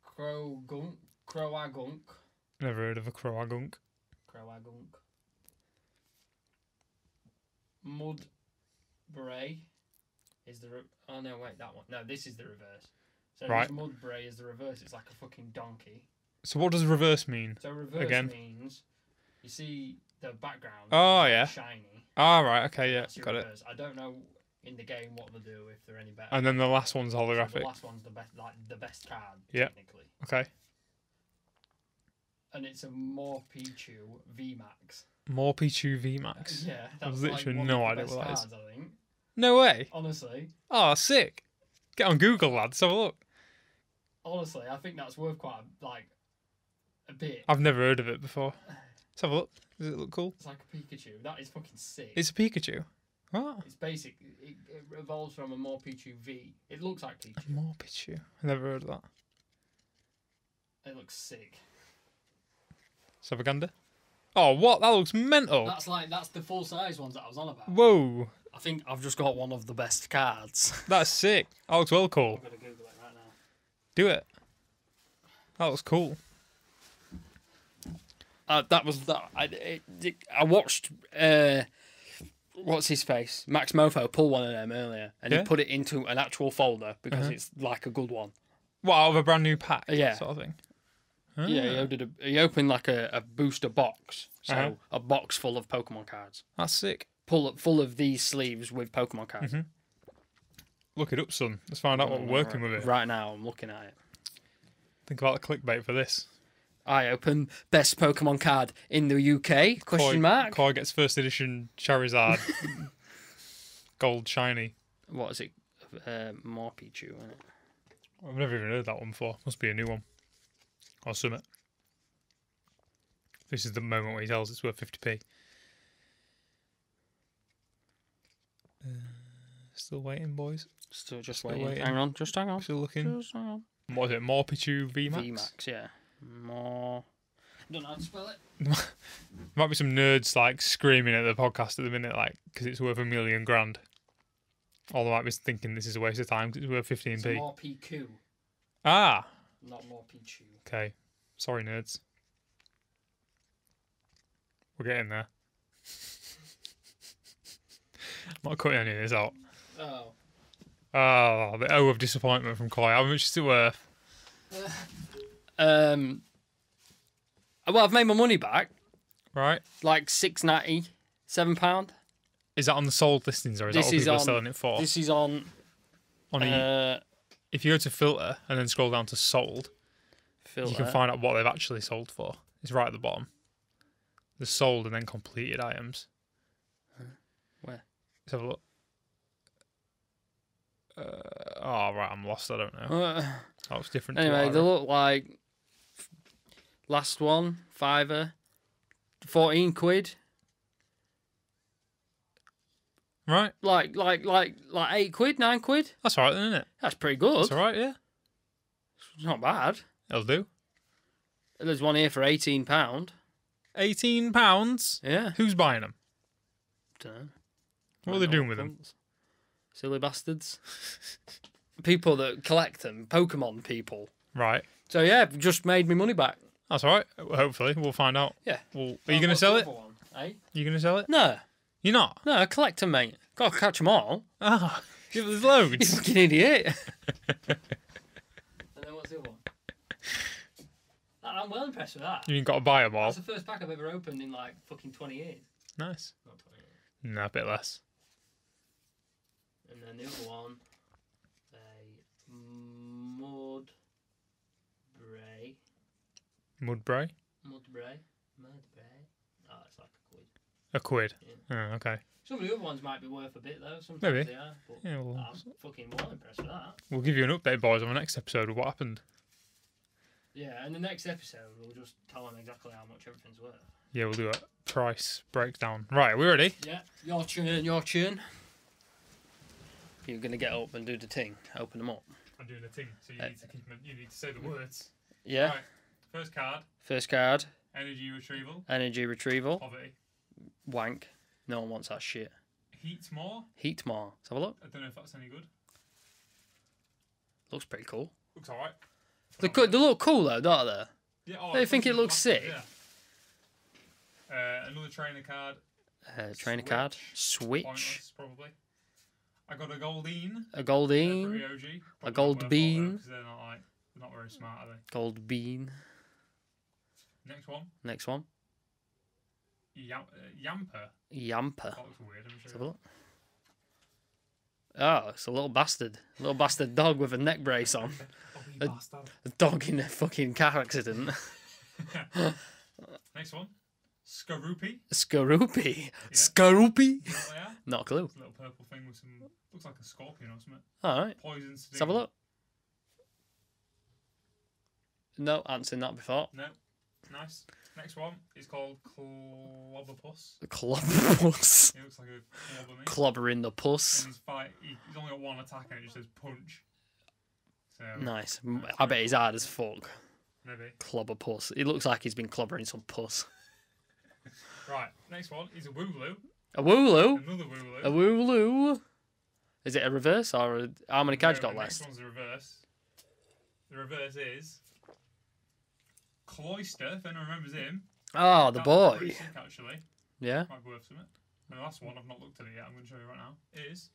Speaker 1: crow gunk, croagunk,
Speaker 2: Never heard of a Croagunk.
Speaker 1: croagunk, mud bray is the re- oh no wait that one no this is the reverse. So
Speaker 2: Right.
Speaker 1: this mud bray is the reverse. It's like a fucking donkey.
Speaker 2: So what does reverse mean?
Speaker 1: So reverse
Speaker 2: Again.
Speaker 1: means you see the background.
Speaker 2: Oh,
Speaker 1: is
Speaker 2: yeah.
Speaker 1: shiny.
Speaker 2: Ah right, okay, yeah,
Speaker 1: That's your
Speaker 2: got it.
Speaker 1: reverse. I don't know in the game what they do if they're any better.
Speaker 2: And then the last one's
Speaker 1: So
Speaker 2: holographic.
Speaker 1: The last one's the best, like the best card
Speaker 2: Yeah.
Speaker 1: technically,
Speaker 2: Okay.
Speaker 1: and it's a more Pichu V Max. (laughs)
Speaker 2: More Pichu V Max.
Speaker 1: Yeah,
Speaker 2: I've
Speaker 1: that's
Speaker 2: literally
Speaker 1: like one
Speaker 2: no
Speaker 1: of the
Speaker 2: idea
Speaker 1: best
Speaker 2: what that is.
Speaker 1: cards, I think
Speaker 2: No way.
Speaker 1: honestly,
Speaker 2: Oh, sick. Get on Google, lads. Have a look.
Speaker 1: honestly, I think that's worth quite a, like a bit.
Speaker 2: I've never heard of it before. Let's have a look. Does it look cool?
Speaker 1: It's like a Pikachu. That is fucking sick. It's,
Speaker 2: It's a Pikachu. What?
Speaker 1: basic. It, it evolves from a more Pichu V. It looks like
Speaker 2: A
Speaker 1: Pichu.
Speaker 2: More Pichu. I've never heard of that.
Speaker 1: It looks sick.
Speaker 2: Let's have a gander. Oh, what? That looks mental.
Speaker 1: That's like that's the full size ones that I was on about.
Speaker 2: Whoa.
Speaker 1: I think I've just got one of the best (laughs) cards.
Speaker 2: That's sick. That looks well cool.
Speaker 1: I'm gonna Google it right now.
Speaker 2: Do it. That looks cool.
Speaker 1: Uh, that was that. I, it, it- I watched. Uh, what's his face? Max Mofo pull one of them earlier, and
Speaker 2: Yeah.
Speaker 1: he put it into an actual folder because it's like a good one.
Speaker 2: What, out of a brand new pack?
Speaker 1: Yeah.
Speaker 2: Sort of thing.
Speaker 1: Yeah, he
Speaker 2: Ah,
Speaker 1: opened, a, he opened like a, a booster box, so
Speaker 2: Uh-huh.
Speaker 1: a box full of Pokemon cards,
Speaker 2: That's sick.
Speaker 1: pull up full of these sleeves with Pokemon cards.
Speaker 2: Look it up, son. Let's find out what we're Mm-hmm. working with it.
Speaker 1: right now. I'm looking at it.
Speaker 2: Think about the clickbait for this.
Speaker 1: I open best Pokemon card in the UK? Question
Speaker 2: Koi-
Speaker 1: mark.
Speaker 2: Koi gets first edition
Speaker 1: (laughs)
Speaker 2: Charizard Gold Shiny.
Speaker 1: What is it? Uh, Morpichu, isn't it?
Speaker 2: I've never even heard that one before. Must be a new one. Or summit. This is the moment where he tells it's worth 50p. Uh, still waiting, boys.
Speaker 1: Still just
Speaker 2: Still
Speaker 1: waiting.
Speaker 2: waiting.
Speaker 1: Hang on, just hang on.
Speaker 2: Still looking.
Speaker 1: Just hang on.
Speaker 2: What is it? Morpichu VMAX?
Speaker 1: V Max, yeah. More. Don't know how to spell it.
Speaker 2: Might be some nerds like screaming at the podcast at the minute, like because it's worth a million grand. Although I was thinking this is a waste of time because it's worth 15p.
Speaker 1: more PQ,
Speaker 2: Ah,
Speaker 1: not more Pichu.
Speaker 2: okay. Sorry, nerds. We're getting there. (laughs) I'm not cutting any of this out.
Speaker 1: Oh.
Speaker 2: Oh, the O of disappointment from Koi. How much is it worth?
Speaker 1: Um. Well, I've made my money back,
Speaker 2: Right?
Speaker 1: like six ninety, seven pound.
Speaker 2: Is that on the sold listings or is
Speaker 1: This
Speaker 2: that what
Speaker 1: is
Speaker 2: people are
Speaker 1: on-
Speaker 2: selling it for?
Speaker 1: This is on.
Speaker 2: on a,
Speaker 1: Uh,
Speaker 2: if you go to filter and then scroll down to sold,
Speaker 1: filter.
Speaker 2: you can find out what they've actually sold for. It's right at the bottom. The sold and then completed items.
Speaker 1: Where?
Speaker 2: Let's have a look. Uh, oh right, I'm lost. I don't know.
Speaker 1: Uh,
Speaker 2: That was different. to
Speaker 1: anyway,
Speaker 2: what I
Speaker 1: they
Speaker 2: read.
Speaker 1: look like last one fiver, fourteen quid.
Speaker 2: right,
Speaker 1: Like like like like eight quid, nine quid.
Speaker 2: that's all right then, isn't it?
Speaker 1: That's pretty good.
Speaker 2: That's all right, yeah.
Speaker 1: It's Not bad.
Speaker 2: It'll do.
Speaker 1: There's one here for eighteen pound.
Speaker 2: Eighteen pounds.
Speaker 1: Yeah.
Speaker 2: Who's buying them?
Speaker 1: Dunno.
Speaker 2: What are they
Speaker 1: Might
Speaker 2: doing
Speaker 1: not
Speaker 2: with them?
Speaker 1: want Silly bastards. (laughs) people that collect them, Pokemon people.
Speaker 2: Right,
Speaker 1: So yeah, just made me money back.
Speaker 2: that's all right. Hopefully, we'll find out.
Speaker 1: Yeah.
Speaker 2: Well, are you gonna sell it?
Speaker 1: eh?
Speaker 2: You gonna sell it?
Speaker 1: No,
Speaker 2: You're not. (laughs)
Speaker 1: no, I collect them, mate. Got to catch them all. (laughs)
Speaker 2: Ah, (laughs) there's
Speaker 1: You (laughs)
Speaker 2: loads.
Speaker 1: fucking idiot. and then what's the other one? I'm well impressed with that.
Speaker 2: you ain't got to buy them all.
Speaker 1: the first pack I've ever opened in like fucking 20 years.
Speaker 2: Nice. No, a bit less.
Speaker 1: And then the other one, a mud bray.
Speaker 2: Mudbray.
Speaker 1: Mud bray? Mud bray? Oh, it's like a quid.
Speaker 2: A quid. Oh, okay.
Speaker 1: Some of the other ones might be worth a bit though. Sometimes
Speaker 2: Maybe.
Speaker 1: they are. But
Speaker 2: Yeah, we'll,
Speaker 1: I'm fucking well impressed with that.
Speaker 2: we'll give you an update, boys, on the next episode of what happened.
Speaker 1: Yeah, and the next episode we'll just tell them exactly how much everything's worth.
Speaker 2: Yeah, we'll do a price breakdown. Right, are we ready?
Speaker 1: Yeah, your turn, your turn. You're gonna get up and do the thing, open them up.
Speaker 2: I'm doing a thing, so you
Speaker 1: Uh,
Speaker 2: need to keep. You need to say the words.
Speaker 1: Yeah.
Speaker 2: Right. First card,
Speaker 1: First card,
Speaker 2: energy retrieval,
Speaker 1: energy retrieval,
Speaker 2: poverty,
Speaker 1: wank. No one wants that shit.
Speaker 2: heat more.
Speaker 1: Heat mar. Let's have a look.
Speaker 2: I don't know if that's any good.
Speaker 1: Looks pretty cool.
Speaker 2: Looks alright.
Speaker 1: They, co- they look cool though, don't they?
Speaker 2: Yeah, oh,
Speaker 1: Don't you think it
Speaker 2: in
Speaker 1: looks
Speaker 2: plastic,
Speaker 1: sick?
Speaker 2: Yeah. Uh, another trainer card,
Speaker 1: Uh, trainer card. Switch.
Speaker 2: pointless probably. I got a goldine.
Speaker 1: A
Speaker 2: They're
Speaker 1: goldine.
Speaker 2: pretty OG. Probably not
Speaker 1: gold
Speaker 2: worth all
Speaker 1: bean.
Speaker 2: though, 'cause They're not like they're not very smart, are they?
Speaker 1: Gold bean.
Speaker 2: Next one,
Speaker 1: Next one.
Speaker 2: Yam- uh, Yamper.
Speaker 1: Yamper.
Speaker 2: That looks weird. I'm
Speaker 1: Let's
Speaker 2: sure.
Speaker 1: have a look. Oh, it's a little bastard. little bastard dog with a neck brace on.
Speaker 2: Oh, you
Speaker 1: Uh,
Speaker 2: bastard.
Speaker 1: A dog in a fucking car accident.
Speaker 2: Next one, Skaroopy.
Speaker 1: Skaroopy. Skaroopy?
Speaker 2: You know what they are?
Speaker 1: Not a clue.
Speaker 2: It's a little purple thing with some looks like a scorpion or something.
Speaker 1: All right.
Speaker 2: Poison.
Speaker 1: Let's have a look. No, answered that before.
Speaker 2: No. Nice. Next one is called Clobberpuss.
Speaker 1: Club (laughs) puss.
Speaker 2: He looks like a clobber mate.
Speaker 1: Clobber in the puss.
Speaker 2: And he's fight. he- He's only got one attack and it just says punch. So
Speaker 1: Nice. M- I bet he's hard as fuck.
Speaker 2: maybe.
Speaker 1: Clobber puss. It looks like he's been clobbering some puss.
Speaker 2: Right. Next one is a Wooloo.
Speaker 1: A wooloo.
Speaker 2: Another Wooloo.
Speaker 1: A wooloo. Is it a reverse or a, how many cards you
Speaker 2: No,
Speaker 1: got
Speaker 2: the next
Speaker 1: left?
Speaker 2: one's the reverse. The reverse is Cloister. If anyone remembers him,
Speaker 1: Oh, the
Speaker 2: That was pretty
Speaker 1: boy.
Speaker 2: sick, actually,
Speaker 1: Yeah.
Speaker 2: might be worth something. And the last one I've not looked at it yet. I'm going to show you right now. Is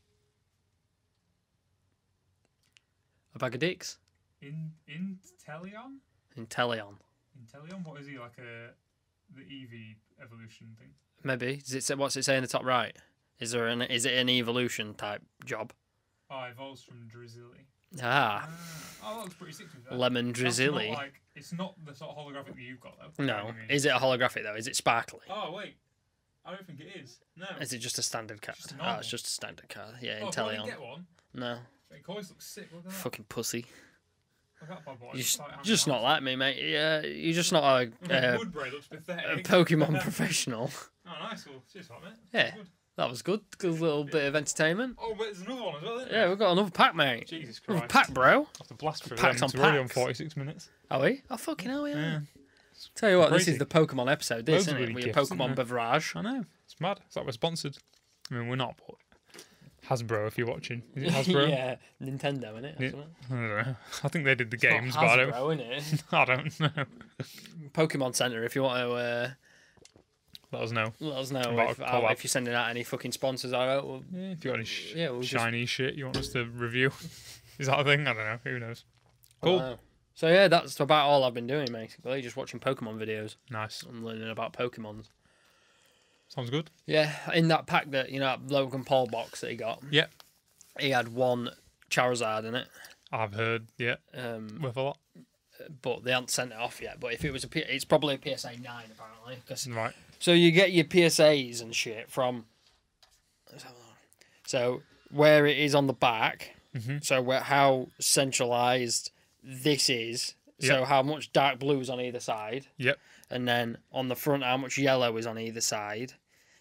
Speaker 1: A bag of dicks.
Speaker 2: in Inteleon.
Speaker 1: Intellion.
Speaker 2: Inteleon. What is he like a the EV evolution thing?
Speaker 1: Maybe. Does it say, what's it say in the top right? Is there an is it an evolution type job?
Speaker 2: Oh, it evolves from Drizzly.
Speaker 1: Ah.
Speaker 2: Oh, that looks pretty sick. to be fair.
Speaker 1: Lemon
Speaker 2: That's not
Speaker 1: drizzly.
Speaker 2: like- it's not the sort of holographic that you've got though. You know
Speaker 1: No.
Speaker 2: what I mean?
Speaker 1: Is it a holographic though? Is it sparkly?
Speaker 2: Oh wait, I don't think it is. No.
Speaker 1: Is it just a standard card?
Speaker 2: Just
Speaker 1: Ah,
Speaker 2: normal.
Speaker 1: it's just a standard card. Yeah,
Speaker 2: oh, if I didn't
Speaker 1: Intellion.
Speaker 2: get one.
Speaker 1: No.
Speaker 2: It always looks sick. Look at that.
Speaker 1: Fucking pussy.
Speaker 2: Look at that bad boy.
Speaker 1: You're
Speaker 2: It's
Speaker 1: just,
Speaker 2: like hanging
Speaker 1: just
Speaker 2: out. (laughs)
Speaker 1: not like me, mate. Yeah, you're just not a,
Speaker 2: Yeah,
Speaker 1: uh,
Speaker 2: Woodbury looks
Speaker 1: a
Speaker 2: pathetic. (laughs)
Speaker 1: Pokemon professional.
Speaker 2: oh, nice. Well, cheers for that, mate.
Speaker 1: Yeah.
Speaker 2: Good.
Speaker 1: That was good. Good little bit of entertainment.
Speaker 2: Oh, but there's another one as well, isn't
Speaker 1: Yeah,
Speaker 2: there?
Speaker 1: we've got another pack, mate.
Speaker 2: Jesus
Speaker 1: Another
Speaker 2: Christ.
Speaker 1: pack, bro.
Speaker 2: Off the blast through
Speaker 1: Packs
Speaker 2: them.
Speaker 1: on
Speaker 2: It's already on
Speaker 1: packs.
Speaker 2: 46 minutes.
Speaker 1: Are we? Oh, fucking hell, we are.
Speaker 2: Yeah.
Speaker 1: Tell you what, this
Speaker 2: Crazy.
Speaker 1: is the Pokemon episode, this,
Speaker 2: Loads of
Speaker 1: isn't
Speaker 2: really
Speaker 1: it? With your
Speaker 2: gifts, isn't
Speaker 1: Pokemon beverage.
Speaker 2: I know. It's mad. It's like we're sponsored. I mean, we're not, but Hasbro, if you're watching,
Speaker 1: (laughs)
Speaker 2: is it Hasbro?
Speaker 1: yeah, Nintendo, innit?
Speaker 2: Yeah.
Speaker 1: it?
Speaker 2: I don't know. (laughs) I think they did the
Speaker 1: Not
Speaker 2: games, but I don't.
Speaker 1: Hasbro, innit?
Speaker 2: (laughs) I don't know.
Speaker 1: Pokemon Center, if you want to uh,
Speaker 2: Let us know.
Speaker 1: let us know
Speaker 2: About
Speaker 1: if,
Speaker 2: a
Speaker 1: uh,
Speaker 2: collab.
Speaker 1: if you're sending out any fucking sponsors. I don't know.
Speaker 2: Yeah, if you got any sh-
Speaker 1: Yeah, we'll just-
Speaker 2: shiny shit you want us to review, (laughs) is that a thing? I don't know. Who knows? Cool.
Speaker 1: Wow. So yeah, that's about all I've been doing basically, just watching Pokemon videos
Speaker 2: Nice.
Speaker 1: and learning about Pokemons.
Speaker 2: Sounds good.
Speaker 1: Yeah, in that pack that you know, that Logan Paul box that he got,
Speaker 2: Yeah,
Speaker 1: he had one Charizard in it.
Speaker 2: I've heard. Yeah,
Speaker 1: Um,
Speaker 2: worth a lot.
Speaker 1: but they haven't sent it off yet. But if it was a, P- it's probably a PSA nine apparently. 'cause-
Speaker 2: Right.
Speaker 1: so you get your PSAs and shit from. let's have a look. So where it is on the back, so where, how centralized this is. So
Speaker 2: Yeah.
Speaker 1: how much dark blue is on either side,
Speaker 2: Yep.
Speaker 1: and then on the front how much yellow is on either side,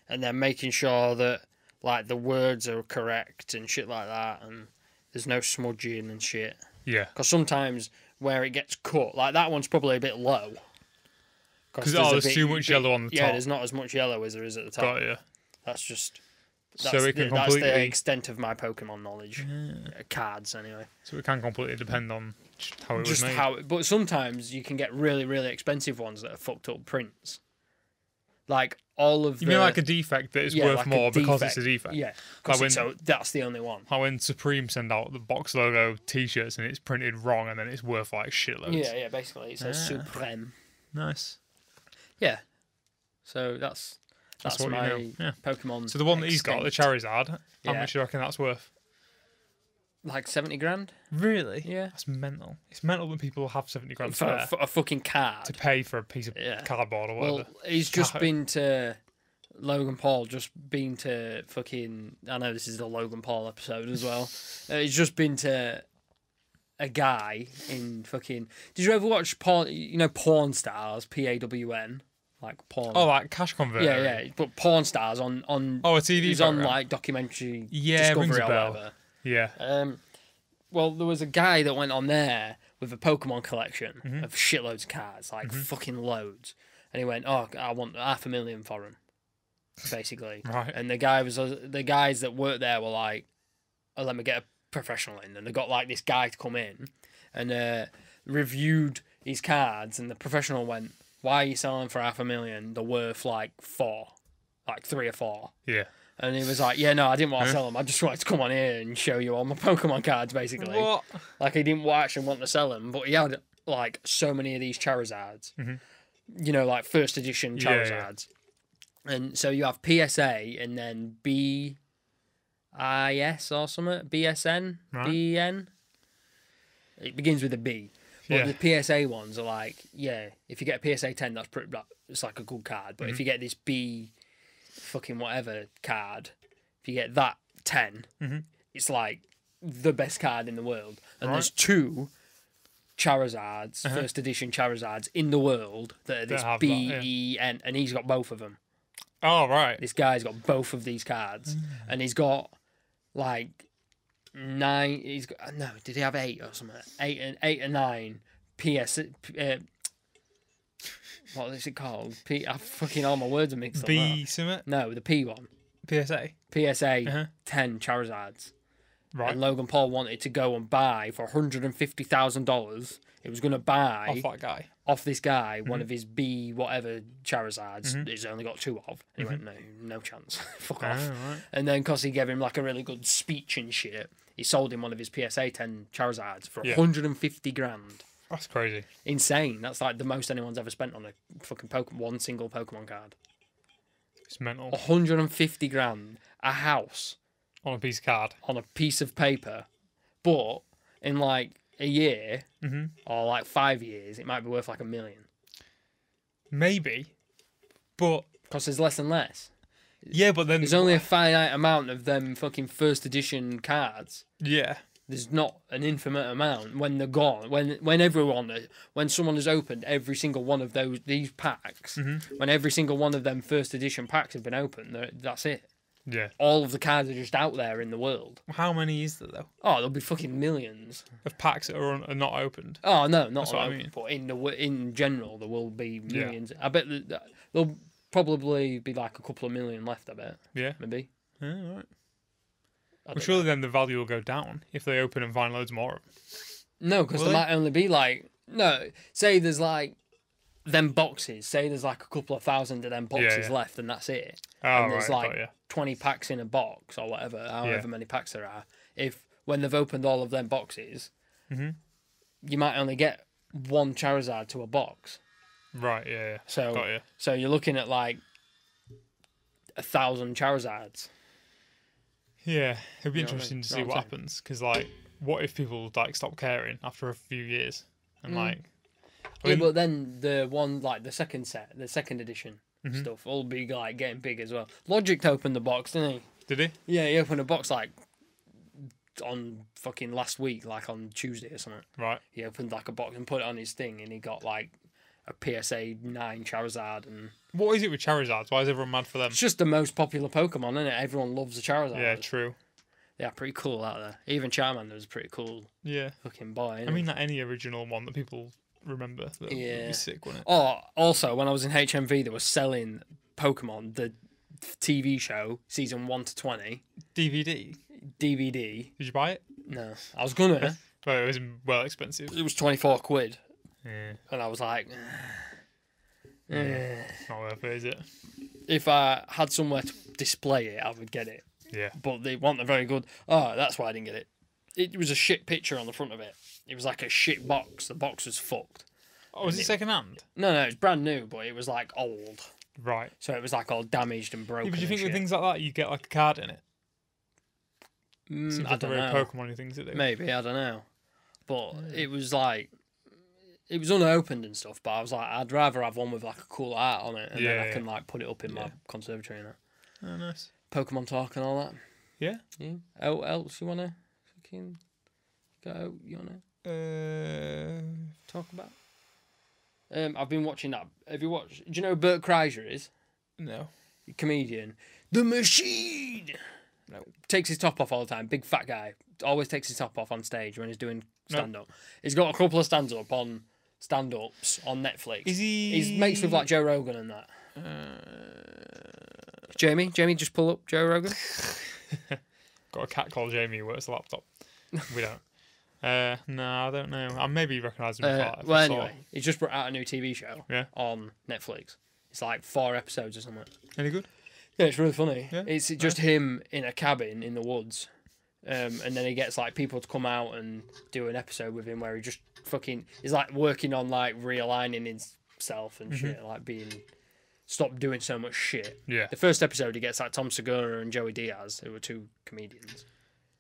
Speaker 1: and then making sure that like the words are correct and shit like that, and there's no smudging and shit.
Speaker 2: Yeah.
Speaker 1: Because sometimes where it gets cut, like that one's probably a bit low.
Speaker 2: Because
Speaker 1: a
Speaker 2: oh, there's
Speaker 1: bit-
Speaker 2: too much
Speaker 1: bit-
Speaker 2: yellow on the
Speaker 1: Yeah,
Speaker 2: top.
Speaker 1: there's not as much yellow as there is at the top.
Speaker 2: Got you.
Speaker 1: That's just.
Speaker 2: So
Speaker 1: That's, so
Speaker 2: it can
Speaker 1: that's the
Speaker 2: completely-
Speaker 1: extent of my Pokemon knowledge. Uh, Cards, anyway.
Speaker 2: So it can completely depend on just how it
Speaker 1: Just
Speaker 2: was made.
Speaker 1: how. But sometimes you can get really, really expensive ones that are fucked up prints. Like all of
Speaker 2: you
Speaker 1: the.
Speaker 2: mean like a defect that is
Speaker 1: yeah,
Speaker 2: worth
Speaker 1: like a
Speaker 2: more because it's a
Speaker 1: defect.
Speaker 2: defect?
Speaker 1: Yeah, 'cause
Speaker 2: Like
Speaker 1: it's
Speaker 2: when-
Speaker 1: so that's the only one.
Speaker 2: How when Supreme send out the box logo T-shirts and it's printed wrong and then it's worth like shitloads.
Speaker 1: Yeah, yeah, basically. It says
Speaker 2: Ah.
Speaker 1: Supreme.
Speaker 2: Nice.
Speaker 1: Yeah. So that's that's,
Speaker 2: That's what
Speaker 1: my
Speaker 2: you know, yeah.
Speaker 1: Pokemon.
Speaker 2: So the one that he's got, the
Speaker 1: extent.
Speaker 2: Charizard, how
Speaker 1: Yeah.
Speaker 2: much do you reckon that's worth?
Speaker 1: like seventy grand
Speaker 2: Really?
Speaker 1: Yeah.
Speaker 2: That's mental. It's mental when people have seventy grand
Speaker 1: for a,
Speaker 2: spare
Speaker 1: for a fucking card.
Speaker 2: to pay for a piece of
Speaker 1: Yeah.
Speaker 2: cardboard or whatever.
Speaker 1: well, he's
Speaker 2: (laughs)
Speaker 1: just
Speaker 2: No.
Speaker 1: been to Logan Paul. Just been to fucking. I know this is the Logan Paul episode as
Speaker 2: (laughs)
Speaker 1: well. Uh, he's just been to a guy in fucking. Did you ever watch porn? You know, porn stars, P A W N, like porn.
Speaker 2: oh, like cash converter.
Speaker 1: yeah, yeah. But porn stars on on.
Speaker 2: Oh, a TV
Speaker 1: He's on
Speaker 2: program.
Speaker 1: like documentary
Speaker 2: Yeah, it rings
Speaker 1: Discovery
Speaker 2: a
Speaker 1: or
Speaker 2: bell.
Speaker 1: whatever.
Speaker 2: Yeah.
Speaker 1: Um, well, there was a guy that went on there with a Pokemon collection
Speaker 2: Mm-hmm.
Speaker 1: of shitloads of cards, like fucking loads. And he went, "Oh, I want half a million for him," basically.
Speaker 2: (laughs) Right.
Speaker 1: And the guy was uh, the guys that worked there were like, oh, "Let me get a professional in," and they got like this guy to come in and uh, reviewed his cards, and the professional went, "Why are you selling for half a million? They're worth like four, like three or four.
Speaker 2: Yeah.
Speaker 1: And he was like, "Yeah, no, I didn't want to sell them. I just wanted to come on here and show you all my Pokemon cards, basically.
Speaker 2: What?
Speaker 1: Like he didn't wa- actually want to sell them, but he had like so many of these Charizards, you know, like first edition
Speaker 2: Mm-hmm. Yeah, yeah.
Speaker 1: Charizards. And so you have PSA and then B, I S or something, BSN,
Speaker 2: Right.
Speaker 1: BN. It begins with a B. But
Speaker 2: Yeah.
Speaker 1: the PSA ones are like, yeah, if you get a PSA ten, that's pretty. That, it's like a good card. But
Speaker 2: Mm-hmm.
Speaker 1: if you get this B, fucking whatever card, if you get that 10 it's like the best card in the world. And there's two Charizards, first edition Charizards in the world that are this
Speaker 2: have Uh-huh. that,
Speaker 1: B
Speaker 2: yeah.
Speaker 1: E N, and he's got both of them.
Speaker 2: Oh right.
Speaker 1: This guy's got both of these cards,
Speaker 2: Mm.
Speaker 1: and he's got like nine. He's got no. Did he have eight or something? Eight and eight and nine. PS. Uh, what is it called? P. I fucking all my words are mixed up.
Speaker 2: B
Speaker 1: aren't
Speaker 2: Summit
Speaker 1: I? No, the P one.
Speaker 2: PSA.
Speaker 1: PSA
Speaker 2: Uh-huh.
Speaker 1: ten Charizards.
Speaker 2: Right.
Speaker 1: And Logan Paul wanted to go and buy for hundred and fifty thousand dollars. He was going to buy
Speaker 2: Off uh, mm-hmm. that guy.
Speaker 1: off this guy one of his B whatever Charizards
Speaker 2: Mm-hmm.
Speaker 1: that he's only got two of. And he went, no, no chance. (laughs) Fuck off.
Speaker 2: Oh, right.
Speaker 1: And then because he gave him like a really good speech and shit, he sold him one of his PSA 10 Charizards for
Speaker 2: Yeah.
Speaker 1: 150 grand.
Speaker 2: That's crazy.
Speaker 1: Insane. That's like the most anyone's ever spent on a fucking Pokemon, one single Pokemon card.
Speaker 2: It's mental.
Speaker 1: Oh. 150 grand. A house
Speaker 2: On a piece of card.
Speaker 1: on a piece of paper. But in like a year or like five years, it might be worth like a million.
Speaker 2: Maybe. But
Speaker 1: Because there's less and less.
Speaker 2: yeah, but then
Speaker 1: There's only a finite amount of them fucking first edition cards.
Speaker 2: yeah.
Speaker 1: There's not an infinite amount when they're gone. When when everyone uh, when someone has opened every single one of those these packs, when every single one of them first edition packs have been opened, tha- that's it.
Speaker 2: Yeah.
Speaker 1: All of the cards are just out there in the world.
Speaker 2: How many is there though
Speaker 1: Oh, there'll be fucking millions.
Speaker 2: of packs that are, un- are not opened?
Speaker 1: Oh no, not
Speaker 2: what I
Speaker 1: on open,
Speaker 2: mean.
Speaker 1: but in the wo- in general there will be millions. I bet that that- there'll probably be like a couple of million left. I bet
Speaker 2: Yeah.
Speaker 1: maybe.
Speaker 2: yeah right.
Speaker 1: I
Speaker 2: Well,
Speaker 1: don't know.
Speaker 2: surely then the value will go down if they open and find loads more. of 'em.
Speaker 1: No, because
Speaker 2: Will
Speaker 1: there
Speaker 2: they?
Speaker 1: might only be like no. Say there's like them boxes. Say there's like a couple of thousand of them boxes
Speaker 2: yeah.
Speaker 1: left, and that's it.
Speaker 2: Oh,
Speaker 1: and
Speaker 2: right.
Speaker 1: there's
Speaker 2: I
Speaker 1: like
Speaker 2: thought, yeah.
Speaker 1: twenty packs in a box or whatever, however many packs there are. If when they've opened all of them boxes,
Speaker 2: Mm-hmm.
Speaker 1: you might only get one Charizard to a box.
Speaker 2: Right, yeah. yeah.
Speaker 1: So
Speaker 2: Got you.
Speaker 1: so you're looking at like a thousand Charizards.
Speaker 2: Yeah, it'd be
Speaker 1: You know what I
Speaker 2: interesting
Speaker 1: mean?
Speaker 2: to
Speaker 1: Know
Speaker 2: see
Speaker 1: what
Speaker 2: what
Speaker 1: I'm
Speaker 2: happens because, like, what if people like stop caring after a few years
Speaker 1: Mm.
Speaker 2: and like, I
Speaker 1: Yeah,
Speaker 2: mean-
Speaker 1: but then the one like the second set, the second edition stuff, all be like getting big as well. Logic opened the box, didn't he?
Speaker 2: did he?
Speaker 1: Yeah, he opened a box like on fucking last week, like on Tuesday or something.
Speaker 2: Right.
Speaker 1: He opened like a box and put it on his thing, and he got like a PSA nine Charizard, and
Speaker 2: What is it with Charizards? Why is everyone mad for them?
Speaker 1: it's just the most popular Pokemon, isn't it? Everyone loves the Charizard.
Speaker 2: Yeah, true.
Speaker 1: they are pretty cool out there. Even Charmander was a pretty cool
Speaker 2: Yeah,
Speaker 1: fucking boy.
Speaker 2: I mean, like any original one that people remember. That would
Speaker 1: Yeah.
Speaker 2: be sick, wouldn't it?
Speaker 1: Oh, also, when I was in HMV, they were selling Pokemon, the TV show, season 1 to 20,
Speaker 2: DVD.
Speaker 1: DVD.
Speaker 2: Did you buy it?
Speaker 1: No, I was gonna.
Speaker 2: Well, it was mm, well expensive.
Speaker 1: it was 24 quid.
Speaker 2: Yeah,
Speaker 1: And I was like, eh.
Speaker 2: it's not worth it, is it?
Speaker 1: if I had somewhere to display it, I would get it.
Speaker 2: Yeah.
Speaker 1: But they want a very good. Oh, that's why I didn't get it. It was a shit picture on the front of it. It was like a shit box. The box was fucked.
Speaker 2: Oh, was it second hand?
Speaker 1: No, no, it's brand new, but it was like old.
Speaker 2: Right.
Speaker 1: So it was like all damaged and broken.
Speaker 2: Yeah, but do you
Speaker 1: and
Speaker 2: think with
Speaker 1: shit.
Speaker 2: things like that you get like a card in it?
Speaker 1: Mm,
Speaker 2: Seems
Speaker 1: I
Speaker 2: like the
Speaker 1: don't
Speaker 2: very
Speaker 1: know.
Speaker 2: Pokemon things that they
Speaker 1: Maybe I don't know, but it was like it was unopened and stuff. But I was like, I'd rather have one with like a cool art on it, and
Speaker 2: Yeah,
Speaker 1: then I
Speaker 2: yeah.
Speaker 1: can like put it up in my
Speaker 2: Yeah.
Speaker 1: conservatory and that.
Speaker 2: Oh, nice.
Speaker 1: Pokemon talk and all that.
Speaker 2: Yeah.
Speaker 1: Yeah. Oh, else you wanna fucking go? You wanna
Speaker 2: Uh,
Speaker 1: talk about? Um, I've been watching that. Have you watched? Do you know who Bert Kreischer is?
Speaker 2: no.
Speaker 1: comedian. The machine
Speaker 2: No.
Speaker 1: takes his top off all the time. Big fat guy. Always takes his top off on stage when he's doing stand up. He's got a couple of stands up on stand ups on Netflix.
Speaker 2: Is he?
Speaker 1: He's mates with like Joe Rogan and that.
Speaker 2: Uh,
Speaker 1: Jamie, Jamie, just pull up Joe
Speaker 2: (laughs)
Speaker 1: Rogan.
Speaker 2: got a cat called Jamie who works the laptop. we don't.
Speaker 1: (laughs)
Speaker 2: Uh, no, I don't know. I maybe recognise him. if
Speaker 1: Uh,
Speaker 2: I- if
Speaker 1: well,
Speaker 2: I saw
Speaker 1: anyway,
Speaker 2: him.
Speaker 1: he's just brought out a new TV show
Speaker 2: Yeah.
Speaker 1: on Netflix. It's like four episodes or something.
Speaker 2: Any good?
Speaker 1: Yeah, it's really funny.
Speaker 2: Yeah,
Speaker 1: It's just him in a cabin in the woods, um, and then he gets like people to come out and do an episode with him where he just fucking is like working on like realigning himself and shit, like being stop doing so much shit.
Speaker 2: Yeah.
Speaker 1: The first episode, he gets like Tom Segura and Joey Diaz, who were two comedians,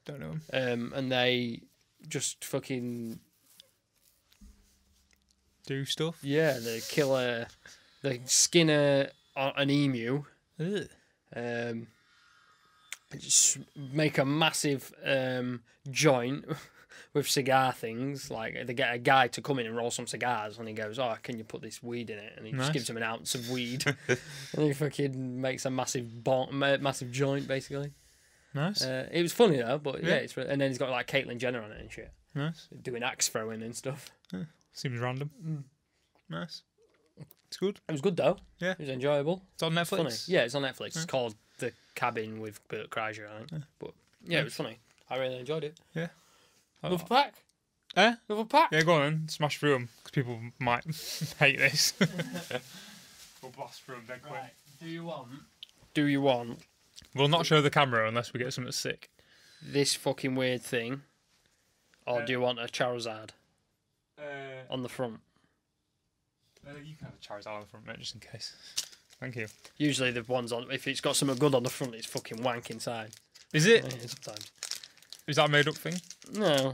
Speaker 2: Don't know him.
Speaker 1: um, and they just fucking
Speaker 2: Do stuff.
Speaker 1: yeah, they kill a, they skin a uh, an emu. um, just make a massive um, joint (laughs) with cigar things. Like they get a guy to come in and roll some cigars, and he goes, "Oh, can you put this weed in it?" And he
Speaker 2: Nice.
Speaker 1: just gives him an ounce of
Speaker 2: (laughs)
Speaker 1: weed, (laughs) and he fucking makes a massive bon- ma- massive joint basically.
Speaker 2: Nice.
Speaker 1: Uh, it was funny though, but yeah,
Speaker 2: Yeah.
Speaker 1: it's re- and then he's got like Caitlyn Jenner on it and shit,
Speaker 2: nice.
Speaker 1: doing axe throwing and stuff.
Speaker 2: Seems random.
Speaker 1: mm.
Speaker 2: Nice. It's good.
Speaker 1: It was good though.
Speaker 2: Yeah.
Speaker 1: it was enjoyable.
Speaker 2: It's on Netflix.
Speaker 1: funny. Yeah, it's on Netflix. It's called The Cabin with Bert Kreischer. I think. But yeah, it was funny. I really enjoyed it.
Speaker 2: Yeah.
Speaker 1: Another pack.
Speaker 2: Eh?
Speaker 1: Another pack.
Speaker 2: Yeah, go on then. Smash through them because people might (laughs) hate this. (laughs) we'll blast through them dead quick.
Speaker 1: Do you want? Do you want
Speaker 2: We'll not show the camera unless we get something sick.
Speaker 1: this fucking weird thing, or
Speaker 2: Uh,
Speaker 1: do you want a Charizard
Speaker 2: Uh,
Speaker 1: on the front?
Speaker 2: Uh, you can have a Charizard on the front, mate, just in case. Thank you.
Speaker 1: Usually the ones on, if it's got something good on the front, it's fucking wank inside.
Speaker 2: Is
Speaker 1: Yeah,
Speaker 2: it?
Speaker 1: Sometimes.
Speaker 2: Is that a made up thing?
Speaker 1: No.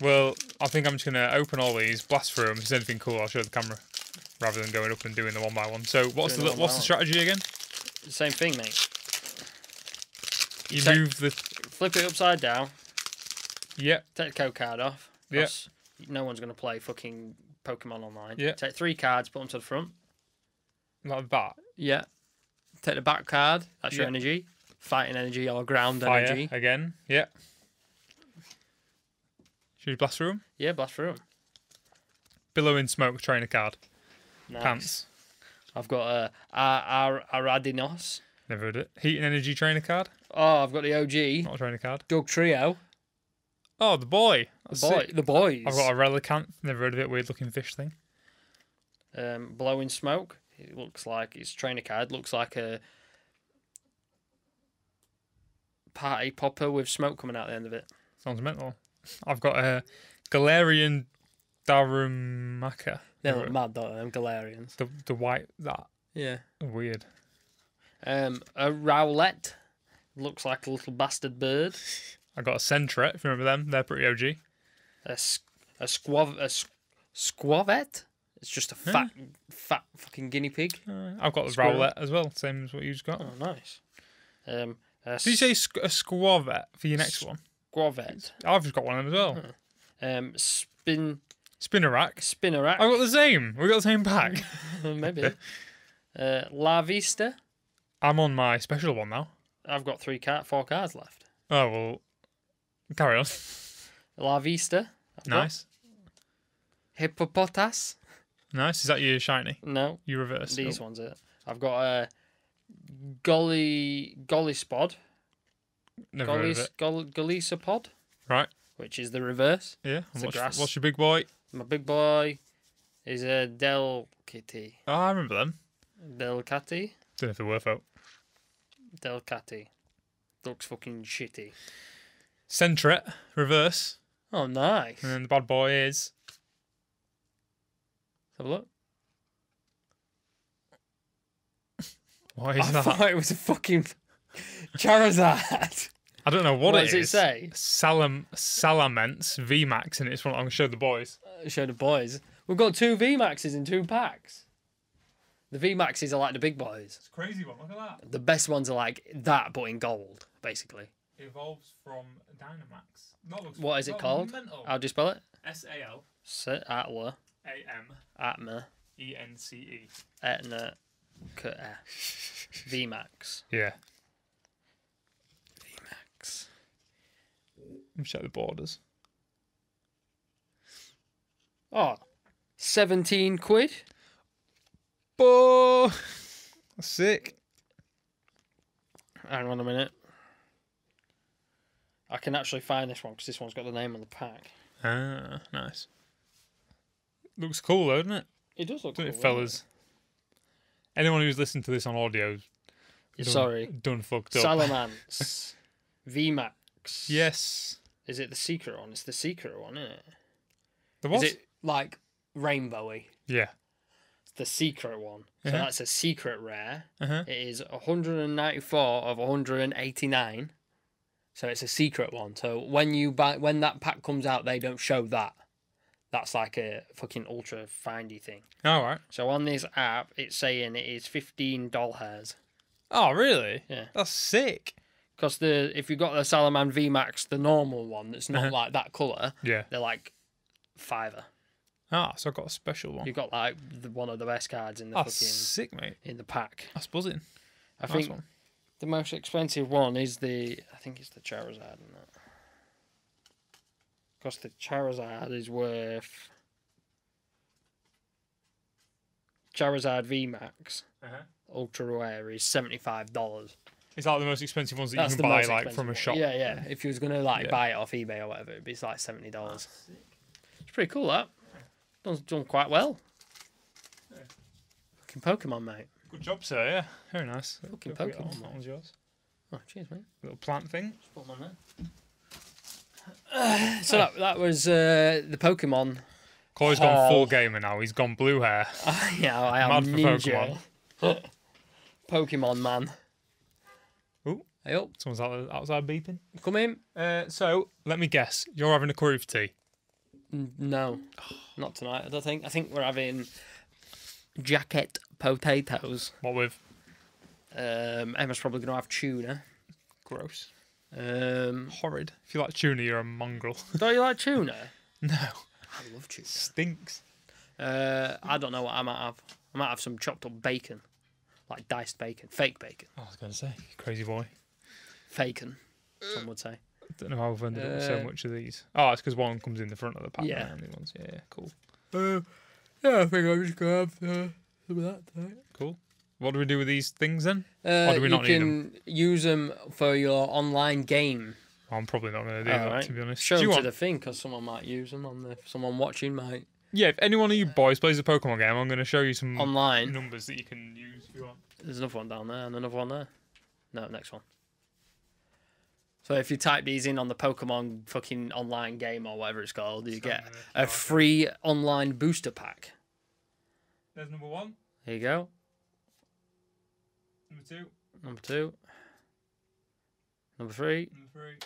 Speaker 2: Well, I think I'm just going to open all these, blast through them. If there's anything cool, I'll show the camera rather than going up and doing the one by one. So, what's
Speaker 1: Doing
Speaker 2: the
Speaker 1: the one
Speaker 2: what's
Speaker 1: by
Speaker 2: the strategy again?
Speaker 1: Same thing, mate.
Speaker 2: You
Speaker 1: Take-
Speaker 2: move the.
Speaker 1: Flip it upside down.
Speaker 2: Yep.
Speaker 1: Take the code card off.
Speaker 2: Yeah.
Speaker 1: 'cause No one's gonna play fucking Pokemon online.
Speaker 2: Yeah.
Speaker 1: Take three cards, put them to the front.
Speaker 2: Like that.
Speaker 1: Yeah. Take the back card. That's your
Speaker 2: Yeah.
Speaker 1: energy. Fighting energy or ground
Speaker 2: Fire
Speaker 1: energy.
Speaker 2: again. Yep. Should we blast through them?
Speaker 1: Yeah, blast through 'em.
Speaker 2: Billow in smoke, trainer card.
Speaker 1: Nice.
Speaker 2: Pants.
Speaker 1: I've got a uh, Ar- Ar- Aradinos.
Speaker 2: Never heard it. Heat and energy trainer card.
Speaker 1: Oh, I've got the OG.
Speaker 2: Not a trainer card.
Speaker 1: Doug Trio.
Speaker 2: Oh, the boy.
Speaker 1: The,
Speaker 2: That's
Speaker 1: boy,
Speaker 2: it.
Speaker 1: the boys.
Speaker 2: I've got a relicanth. Never heard of it. Weird looking fish thing.
Speaker 1: um, blowing smoke. It looks like his trainer card looks like a party popper with smoke coming out the end of it.
Speaker 2: Sounds mental. I've got a Galarian Darumaka.
Speaker 1: They look mad, don't they? Them Galarians.
Speaker 2: The the white that
Speaker 1: Yeah.
Speaker 2: weird.
Speaker 1: Um, a Rowlett looks like a little bastard bird.
Speaker 2: I got a Sentret. If you remember them, they're pretty OG.
Speaker 1: A s- a squav a s- squavette. It's just a fat fat fucking guinea pig.
Speaker 2: Uh, I've got the
Speaker 1: Squirrel.
Speaker 2: Rowlet as well, same as what you've got.
Speaker 1: Oh, nice. Um, a
Speaker 2: Did you say squ- a Squavet for your next one?
Speaker 1: squavette?
Speaker 2: I've just got one of them as well.
Speaker 1: Um, spin
Speaker 2: Spinnerack.
Speaker 1: spinnerack.
Speaker 2: I've got the same. We got the same pack.
Speaker 1: Hmm. (laughs) Maybe. Uh, La Vista.
Speaker 2: I'm on my special one now.
Speaker 1: I've got three card, four cards left.
Speaker 2: Oh well, carry on.
Speaker 1: La Vista. I've got
Speaker 2: Nice,
Speaker 1: Hippopotas.
Speaker 2: nice. Is that your shiny?
Speaker 1: No,
Speaker 2: You reverse. Oh,
Speaker 1: these ones are. I've got a Golly Golly Spod.
Speaker 2: Never heard
Speaker 1: Golly
Speaker 2: of it.
Speaker 1: Golly Pod,
Speaker 2: Right.
Speaker 1: which is the reverse.
Speaker 2: Yeah.
Speaker 1: It's
Speaker 2: And
Speaker 1: a
Speaker 2: What's,
Speaker 1: grass.
Speaker 2: what's your big boy?
Speaker 1: My big boy is a Del Kitty.
Speaker 2: Oh, I remember them.
Speaker 1: Del Catty.
Speaker 2: Don't know if they're worth it.
Speaker 1: Del Catty. Looks fucking shitty.
Speaker 2: Centret reverse,
Speaker 1: Oh, nice.
Speaker 2: and then the bad boy is
Speaker 1: Have a look.
Speaker 2: what is
Speaker 1: I
Speaker 2: that?
Speaker 1: thought it was a fucking (laughs) Charizard.
Speaker 2: (laughs)
Speaker 1: (laughs)
Speaker 2: I don't know what,
Speaker 1: What,
Speaker 2: it
Speaker 1: does it
Speaker 2: is.
Speaker 1: say?
Speaker 2: Salam Salamence VMAX, and it's one I'm gonna show the boys.
Speaker 1: show the boys. We've got two V Maxes in two packs. The V Maxes are like the big boys.
Speaker 2: It's a crazy one. Look at that.
Speaker 1: The best ones are like that, but in gold, basically.
Speaker 2: It evolves from Dynamax. That looks
Speaker 1: What is it called? Uh, How do you spell it?
Speaker 2: S A L
Speaker 1: S- Atla,
Speaker 2: A M
Speaker 1: Atma,
Speaker 2: E N C E.
Speaker 1: Etna, E. (laughs) Kutta. V Max.
Speaker 2: Yeah.
Speaker 1: V Max.
Speaker 2: Let me check the borders.
Speaker 1: Oh, 17 quid.
Speaker 2: Bo sick.
Speaker 1: Hang on a minute. I can actually find this one because this one's got the name on the pack.
Speaker 2: Ah, nice. Looks cool, though, doesn't it?
Speaker 1: It does look
Speaker 2: Doesn't
Speaker 1: cool,
Speaker 2: it,
Speaker 1: doesn't
Speaker 2: fellas? Anyone who's listened to this on audio,
Speaker 1: it?
Speaker 2: done- (laughs)
Speaker 1: Sorry.
Speaker 2: done fucked up.
Speaker 1: Salamance. (laughs) V Max.
Speaker 2: Yes,
Speaker 1: Is it the secret one? It's the secret one, isn't it?
Speaker 2: there
Speaker 1: Is
Speaker 2: was.
Speaker 1: it like rainbowy?
Speaker 2: Yeah.
Speaker 1: It's the secret one. So
Speaker 2: Uh-huh.
Speaker 1: that's a secret rare.
Speaker 2: Uh huh.
Speaker 1: It is 194 of 189. So it's a secret one. So when you buy when that pack comes out, they don't show that. That's like a fucking ultra findy thing.
Speaker 2: All right.
Speaker 1: So on this app, it's saying it is 15 doll hairs.
Speaker 2: Oh, really?
Speaker 1: Yeah.
Speaker 2: That's sick.
Speaker 1: Because the if you got the Salaman V Max, the normal one that's not
Speaker 2: Uh-huh.
Speaker 1: like that color,
Speaker 2: Yeah.
Speaker 1: they're like fiver.
Speaker 2: Ah, so I got a special one.
Speaker 1: You got like the, one of the best cards in the
Speaker 2: That's
Speaker 1: fucking
Speaker 2: sick, mate.
Speaker 1: in the pack.
Speaker 2: That's buzzing.
Speaker 1: I
Speaker 2: Nice
Speaker 1: think
Speaker 2: one.
Speaker 1: the most expensive one is the I think it's the Charizard in that. Because the Charizard is worth Charizard V Max
Speaker 2: Uh-huh.
Speaker 1: Ultra Rare is seventy five dollars.
Speaker 2: Is that the most expensive ones that
Speaker 1: That's
Speaker 2: you
Speaker 1: the
Speaker 2: can buy
Speaker 1: most
Speaker 2: like
Speaker 1: expensive
Speaker 2: from a
Speaker 1: one.
Speaker 2: shop?
Speaker 1: Yeah, yeah. If you was gonna like
Speaker 2: Yeah. Ah,
Speaker 1: buy it off eBay or whatever, it'd be like seventy dollars. It's pretty cool that. Done, done quite well. Fucking Pokemon, mate.
Speaker 2: Good job, sir. Yeah. Very nice.
Speaker 1: Fucking
Speaker 2: Look at that
Speaker 1: Pokemon,
Speaker 2: one.
Speaker 1: mate.
Speaker 2: That one's yours.
Speaker 1: Oh, cheers, mate.
Speaker 2: Little plant thing.
Speaker 1: eh? (sighs) So that, that was uh, the Pokemon.
Speaker 2: Corey's gone
Speaker 1: Oh.
Speaker 2: full gamer now. He's gone blue hair.
Speaker 1: (laughs) yeah, I am
Speaker 2: Mad for
Speaker 1: ninja. (laughs) Pokemon man.
Speaker 2: Ooh.
Speaker 1: Hey up,
Speaker 2: Oh, Someone's out, outside beeping.
Speaker 1: come in.
Speaker 2: Uh, so let me guess. You're having a curry for tea.
Speaker 1: N- (sighs) No, not tonight. I don't think. I think we're having jacket potatoes.
Speaker 2: What with?
Speaker 1: Um, Emma's probably gonna have tuna.
Speaker 2: Gross.
Speaker 1: Um,
Speaker 2: Horrid. If you like tuna, you're a mongrel.
Speaker 1: (laughs)
Speaker 2: (laughs)
Speaker 1: don't you like tuna?
Speaker 2: no.
Speaker 1: I love tuna.
Speaker 2: Stinks.
Speaker 1: Uh, I don't know what I might have. I might have some chopped up bacon, like diced bacon, fake bacon,
Speaker 2: I was going to say. Crazy boy.
Speaker 1: faken. Some would say.
Speaker 2: Don't know how I've ended up with so
Speaker 1: Uh,
Speaker 2: much of these. Oh, it's because one comes in the front of the pack.
Speaker 1: Yeah.
Speaker 2: Yeah. Ones. yeah. yeah, Cool.
Speaker 1: Uh, yeah, I think I'm just gonna have uh, some of that tonight.
Speaker 2: Cool. What do we do with these things then?
Speaker 1: Uh,
Speaker 2: or do we not
Speaker 1: you
Speaker 2: need them?
Speaker 1: can use them for your online game.
Speaker 2: Well, I'm probably not going to do that,
Speaker 1: Alright.
Speaker 2: Oh, to be honest.
Speaker 1: Show
Speaker 2: do you
Speaker 1: them
Speaker 2: want...
Speaker 1: to the thing because someone might use them on the someone watching might
Speaker 2: Yeah, if any one of you boys plays a Pokemon game, I'm going to show you some
Speaker 1: online.
Speaker 2: numbers that you can use. If you want.
Speaker 1: There's another one down there and another one there. No, next one. So if you type these in on the Pokemon fucking online game or whatever it's called, you get
Speaker 2: Something
Speaker 1: a
Speaker 2: like that.
Speaker 1: free online booster pack.
Speaker 2: There's number one,
Speaker 1: There you go.
Speaker 2: number two,
Speaker 1: Number two. Number three.
Speaker 2: number three,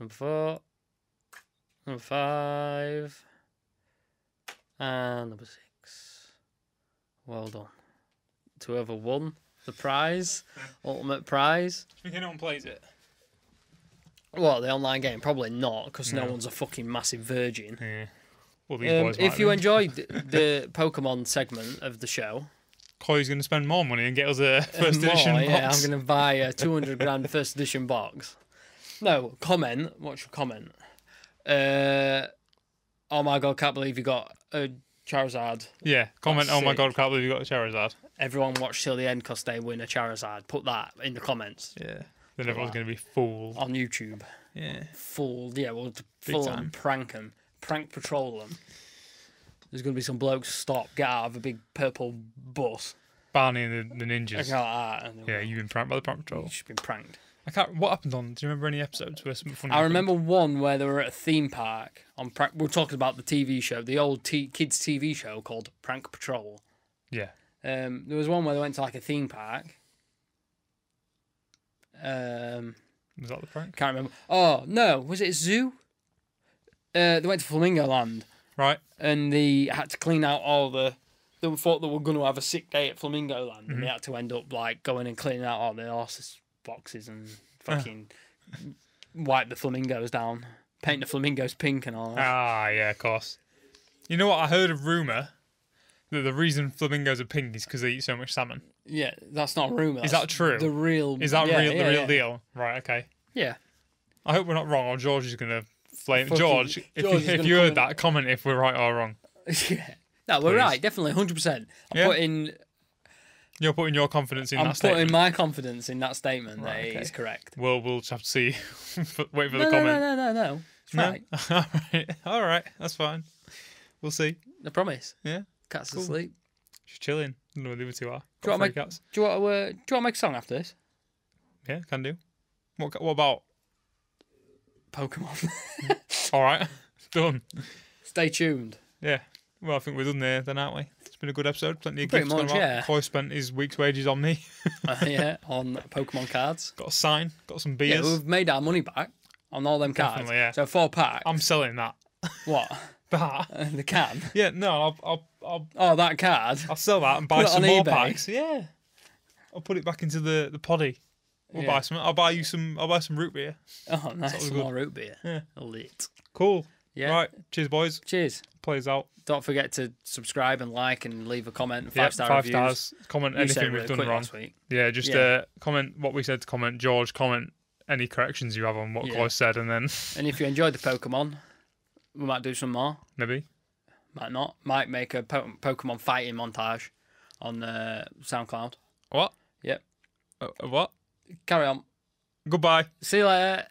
Speaker 1: Number four. Number five. And number six. Well done. To whoever won the prize, ultimate prize.
Speaker 2: Do you think anyone plays it?
Speaker 1: Well, the online game probably not, because no
Speaker 2: No.
Speaker 1: one's a fucking massive virgin.
Speaker 2: Yeah. Well, these
Speaker 1: Um,
Speaker 2: boys
Speaker 1: if you
Speaker 2: enjoy, (laughs)
Speaker 1: enjoyed the Pokemon segment of the show,
Speaker 2: Chloe's going to spend more money and get us a
Speaker 1: (laughs)
Speaker 2: first
Speaker 1: more,
Speaker 2: edition box.
Speaker 1: yeah, I'm going to buy
Speaker 2: (laughs)
Speaker 1: a 200 grand first edition box. No comment. What's your comment? Uh, oh my god, can't believe you got a Charizard.
Speaker 2: Yeah, comment.
Speaker 1: That's
Speaker 2: Oh my
Speaker 1: sick.
Speaker 2: god, can't believe you got a Charizard.
Speaker 1: Everyone watched till the end because they win a Charizard. Put that in the comments
Speaker 2: Yeah. Then everyone's going to be fooled.
Speaker 1: on YouTube.
Speaker 2: Yeah.
Speaker 1: full, yeah, we'll t- full
Speaker 2: time.
Speaker 1: on prank 'em. prank patrol them. There's gonna be some blokes stop, get out of a big purple bus,
Speaker 2: Barney and the, the ninjas.
Speaker 1: like that, and they'll
Speaker 2: Yeah,
Speaker 1: go,
Speaker 2: you've been pranked by the prank patrol.
Speaker 1: "You should be pranked.
Speaker 2: I can't. What happened on? Do you remember any episodes where something funny?
Speaker 1: I
Speaker 2: happened?
Speaker 1: remember one where they were at a theme park on. Prank- we're talking about the TV show, the old t- kids TV show called Prank Patrol.
Speaker 2: Yeah.
Speaker 1: Um, there was one where they went to like a theme park. Um,
Speaker 2: Was that the prank?
Speaker 1: can't remember. Oh no, was it a zoo? Uh, they went to Flamingo Land.
Speaker 2: Right.
Speaker 1: and they had to clean out all the. They thought they were going to have a sick day at Flamingo Land, and they had to end up like going and cleaning out all the horses' boxes and fucking wipe the flamingos down, paint the flamingos pink and all. That.
Speaker 2: Ah, yeah, of course. You know what? I heard a rumor that the reason flamingos are pink is because they eat so much salmon.
Speaker 1: yeah, that's not a rumor.
Speaker 2: Is
Speaker 1: that's
Speaker 2: that true?
Speaker 1: The real
Speaker 2: Is that
Speaker 1: yeah,
Speaker 2: real?
Speaker 1: yeah,
Speaker 2: the real
Speaker 1: yeah.
Speaker 2: deal? Right. Okay.
Speaker 1: Yeah. (laughs)
Speaker 2: I hope we're not wrong, or George is gonna flame.
Speaker 1: Fucking-
Speaker 2: George, if,
Speaker 1: George is
Speaker 2: you, if
Speaker 1: gonna
Speaker 2: you
Speaker 1: come
Speaker 2: heard
Speaker 1: in-
Speaker 2: that, comment if we're right or wrong.
Speaker 1: yeah. No, we're
Speaker 2: Please.
Speaker 1: right. Definitely, hundred percent. I'm
Speaker 2: Yeah.
Speaker 1: putting.
Speaker 2: You're putting your confidence in
Speaker 1: I'm putting
Speaker 2: that statement.
Speaker 1: my confidence in that statement that
Speaker 2: Right,
Speaker 1: it
Speaker 2: okay.
Speaker 1: is correct.
Speaker 2: Well, we'll just have to see. (laughs) Wait for
Speaker 1: No, no,
Speaker 2: the
Speaker 1: no,
Speaker 2: comment.
Speaker 1: no, no, no. It's right.
Speaker 2: (laughs) all right, all right, that's fine. We'll see.
Speaker 1: I promise.
Speaker 2: Yeah,
Speaker 1: Cat's
Speaker 2: Cool.
Speaker 1: asleep.
Speaker 2: she's chilling. I don't know where the other two are.
Speaker 1: Do you
Speaker 2: Got
Speaker 1: wanna
Speaker 2: three
Speaker 1: make-
Speaker 2: cats.
Speaker 1: Do you want to? Uh, do you want to make a song after this?
Speaker 2: Yeah, can do. What? ca- What about?
Speaker 1: Pokemon. (laughs)
Speaker 2: All right, (laughs) done.
Speaker 1: Stay
Speaker 2: (laughs)
Speaker 1: tuned.
Speaker 2: Yeah. Well, I think we're done there, then, aren't we? It's been a good episode. Plenty of
Speaker 1: Pretty
Speaker 2: gifts. gone
Speaker 1: much,
Speaker 2: out.
Speaker 1: yeah.
Speaker 2: Coy spent his week's wages on me. (laughs)
Speaker 1: Uh, yeah, on Pokemon cards.
Speaker 2: Got a sign. Got some
Speaker 1: Yeah,
Speaker 2: beers.
Speaker 1: we've made our money back on all them cards.
Speaker 2: Definitely, yeah. Um,
Speaker 1: So four pack.
Speaker 2: I'm selling that.
Speaker 1: What? (laughs)
Speaker 2: But
Speaker 1: the can?
Speaker 2: yeah, no, I'll, I'll, I'll,
Speaker 1: Oh, that card.
Speaker 2: I'll sell that and buy
Speaker 1: it
Speaker 2: some
Speaker 1: on
Speaker 2: more
Speaker 1: eBay.
Speaker 2: packs. Yeah. I'll put it back into the the poddy. We'll
Speaker 1: Yeah.
Speaker 2: buy some. I'll buy you some. I'll buy some root beer.
Speaker 1: Oh,
Speaker 2: all
Speaker 1: nice. Some
Speaker 2: good.
Speaker 1: more root beer.
Speaker 2: Yeah.
Speaker 1: Lit.
Speaker 2: Cool.
Speaker 1: Yeah.
Speaker 2: Right. Cheers, boys.
Speaker 1: Cheers.
Speaker 2: Plays out.
Speaker 1: Don't forget to subscribe and like and leave a comment. and Five
Speaker 2: Yeah,
Speaker 1: star
Speaker 2: five
Speaker 1: reviews.
Speaker 2: stars. Comment
Speaker 1: You said
Speaker 2: anything
Speaker 1: it
Speaker 2: we've
Speaker 1: really
Speaker 2: done
Speaker 1: quick
Speaker 2: wrong.
Speaker 1: last week.
Speaker 2: Yeah, just
Speaker 1: Yeah.
Speaker 2: Uh, comment what we said. Comment George. Comment any corrections you have on what
Speaker 1: Yeah.
Speaker 2: Chloe said, and then (laughs)
Speaker 1: And if you enjoyed the Pokemon, we might do some more.
Speaker 2: maybe
Speaker 1: Might not. Might make a po- Pokemon fighting montage on uh, SoundCloud.
Speaker 2: what?
Speaker 1: Yep.
Speaker 2: Uh, uh, what?
Speaker 1: Carry on.
Speaker 2: Goodbye.
Speaker 1: See you later.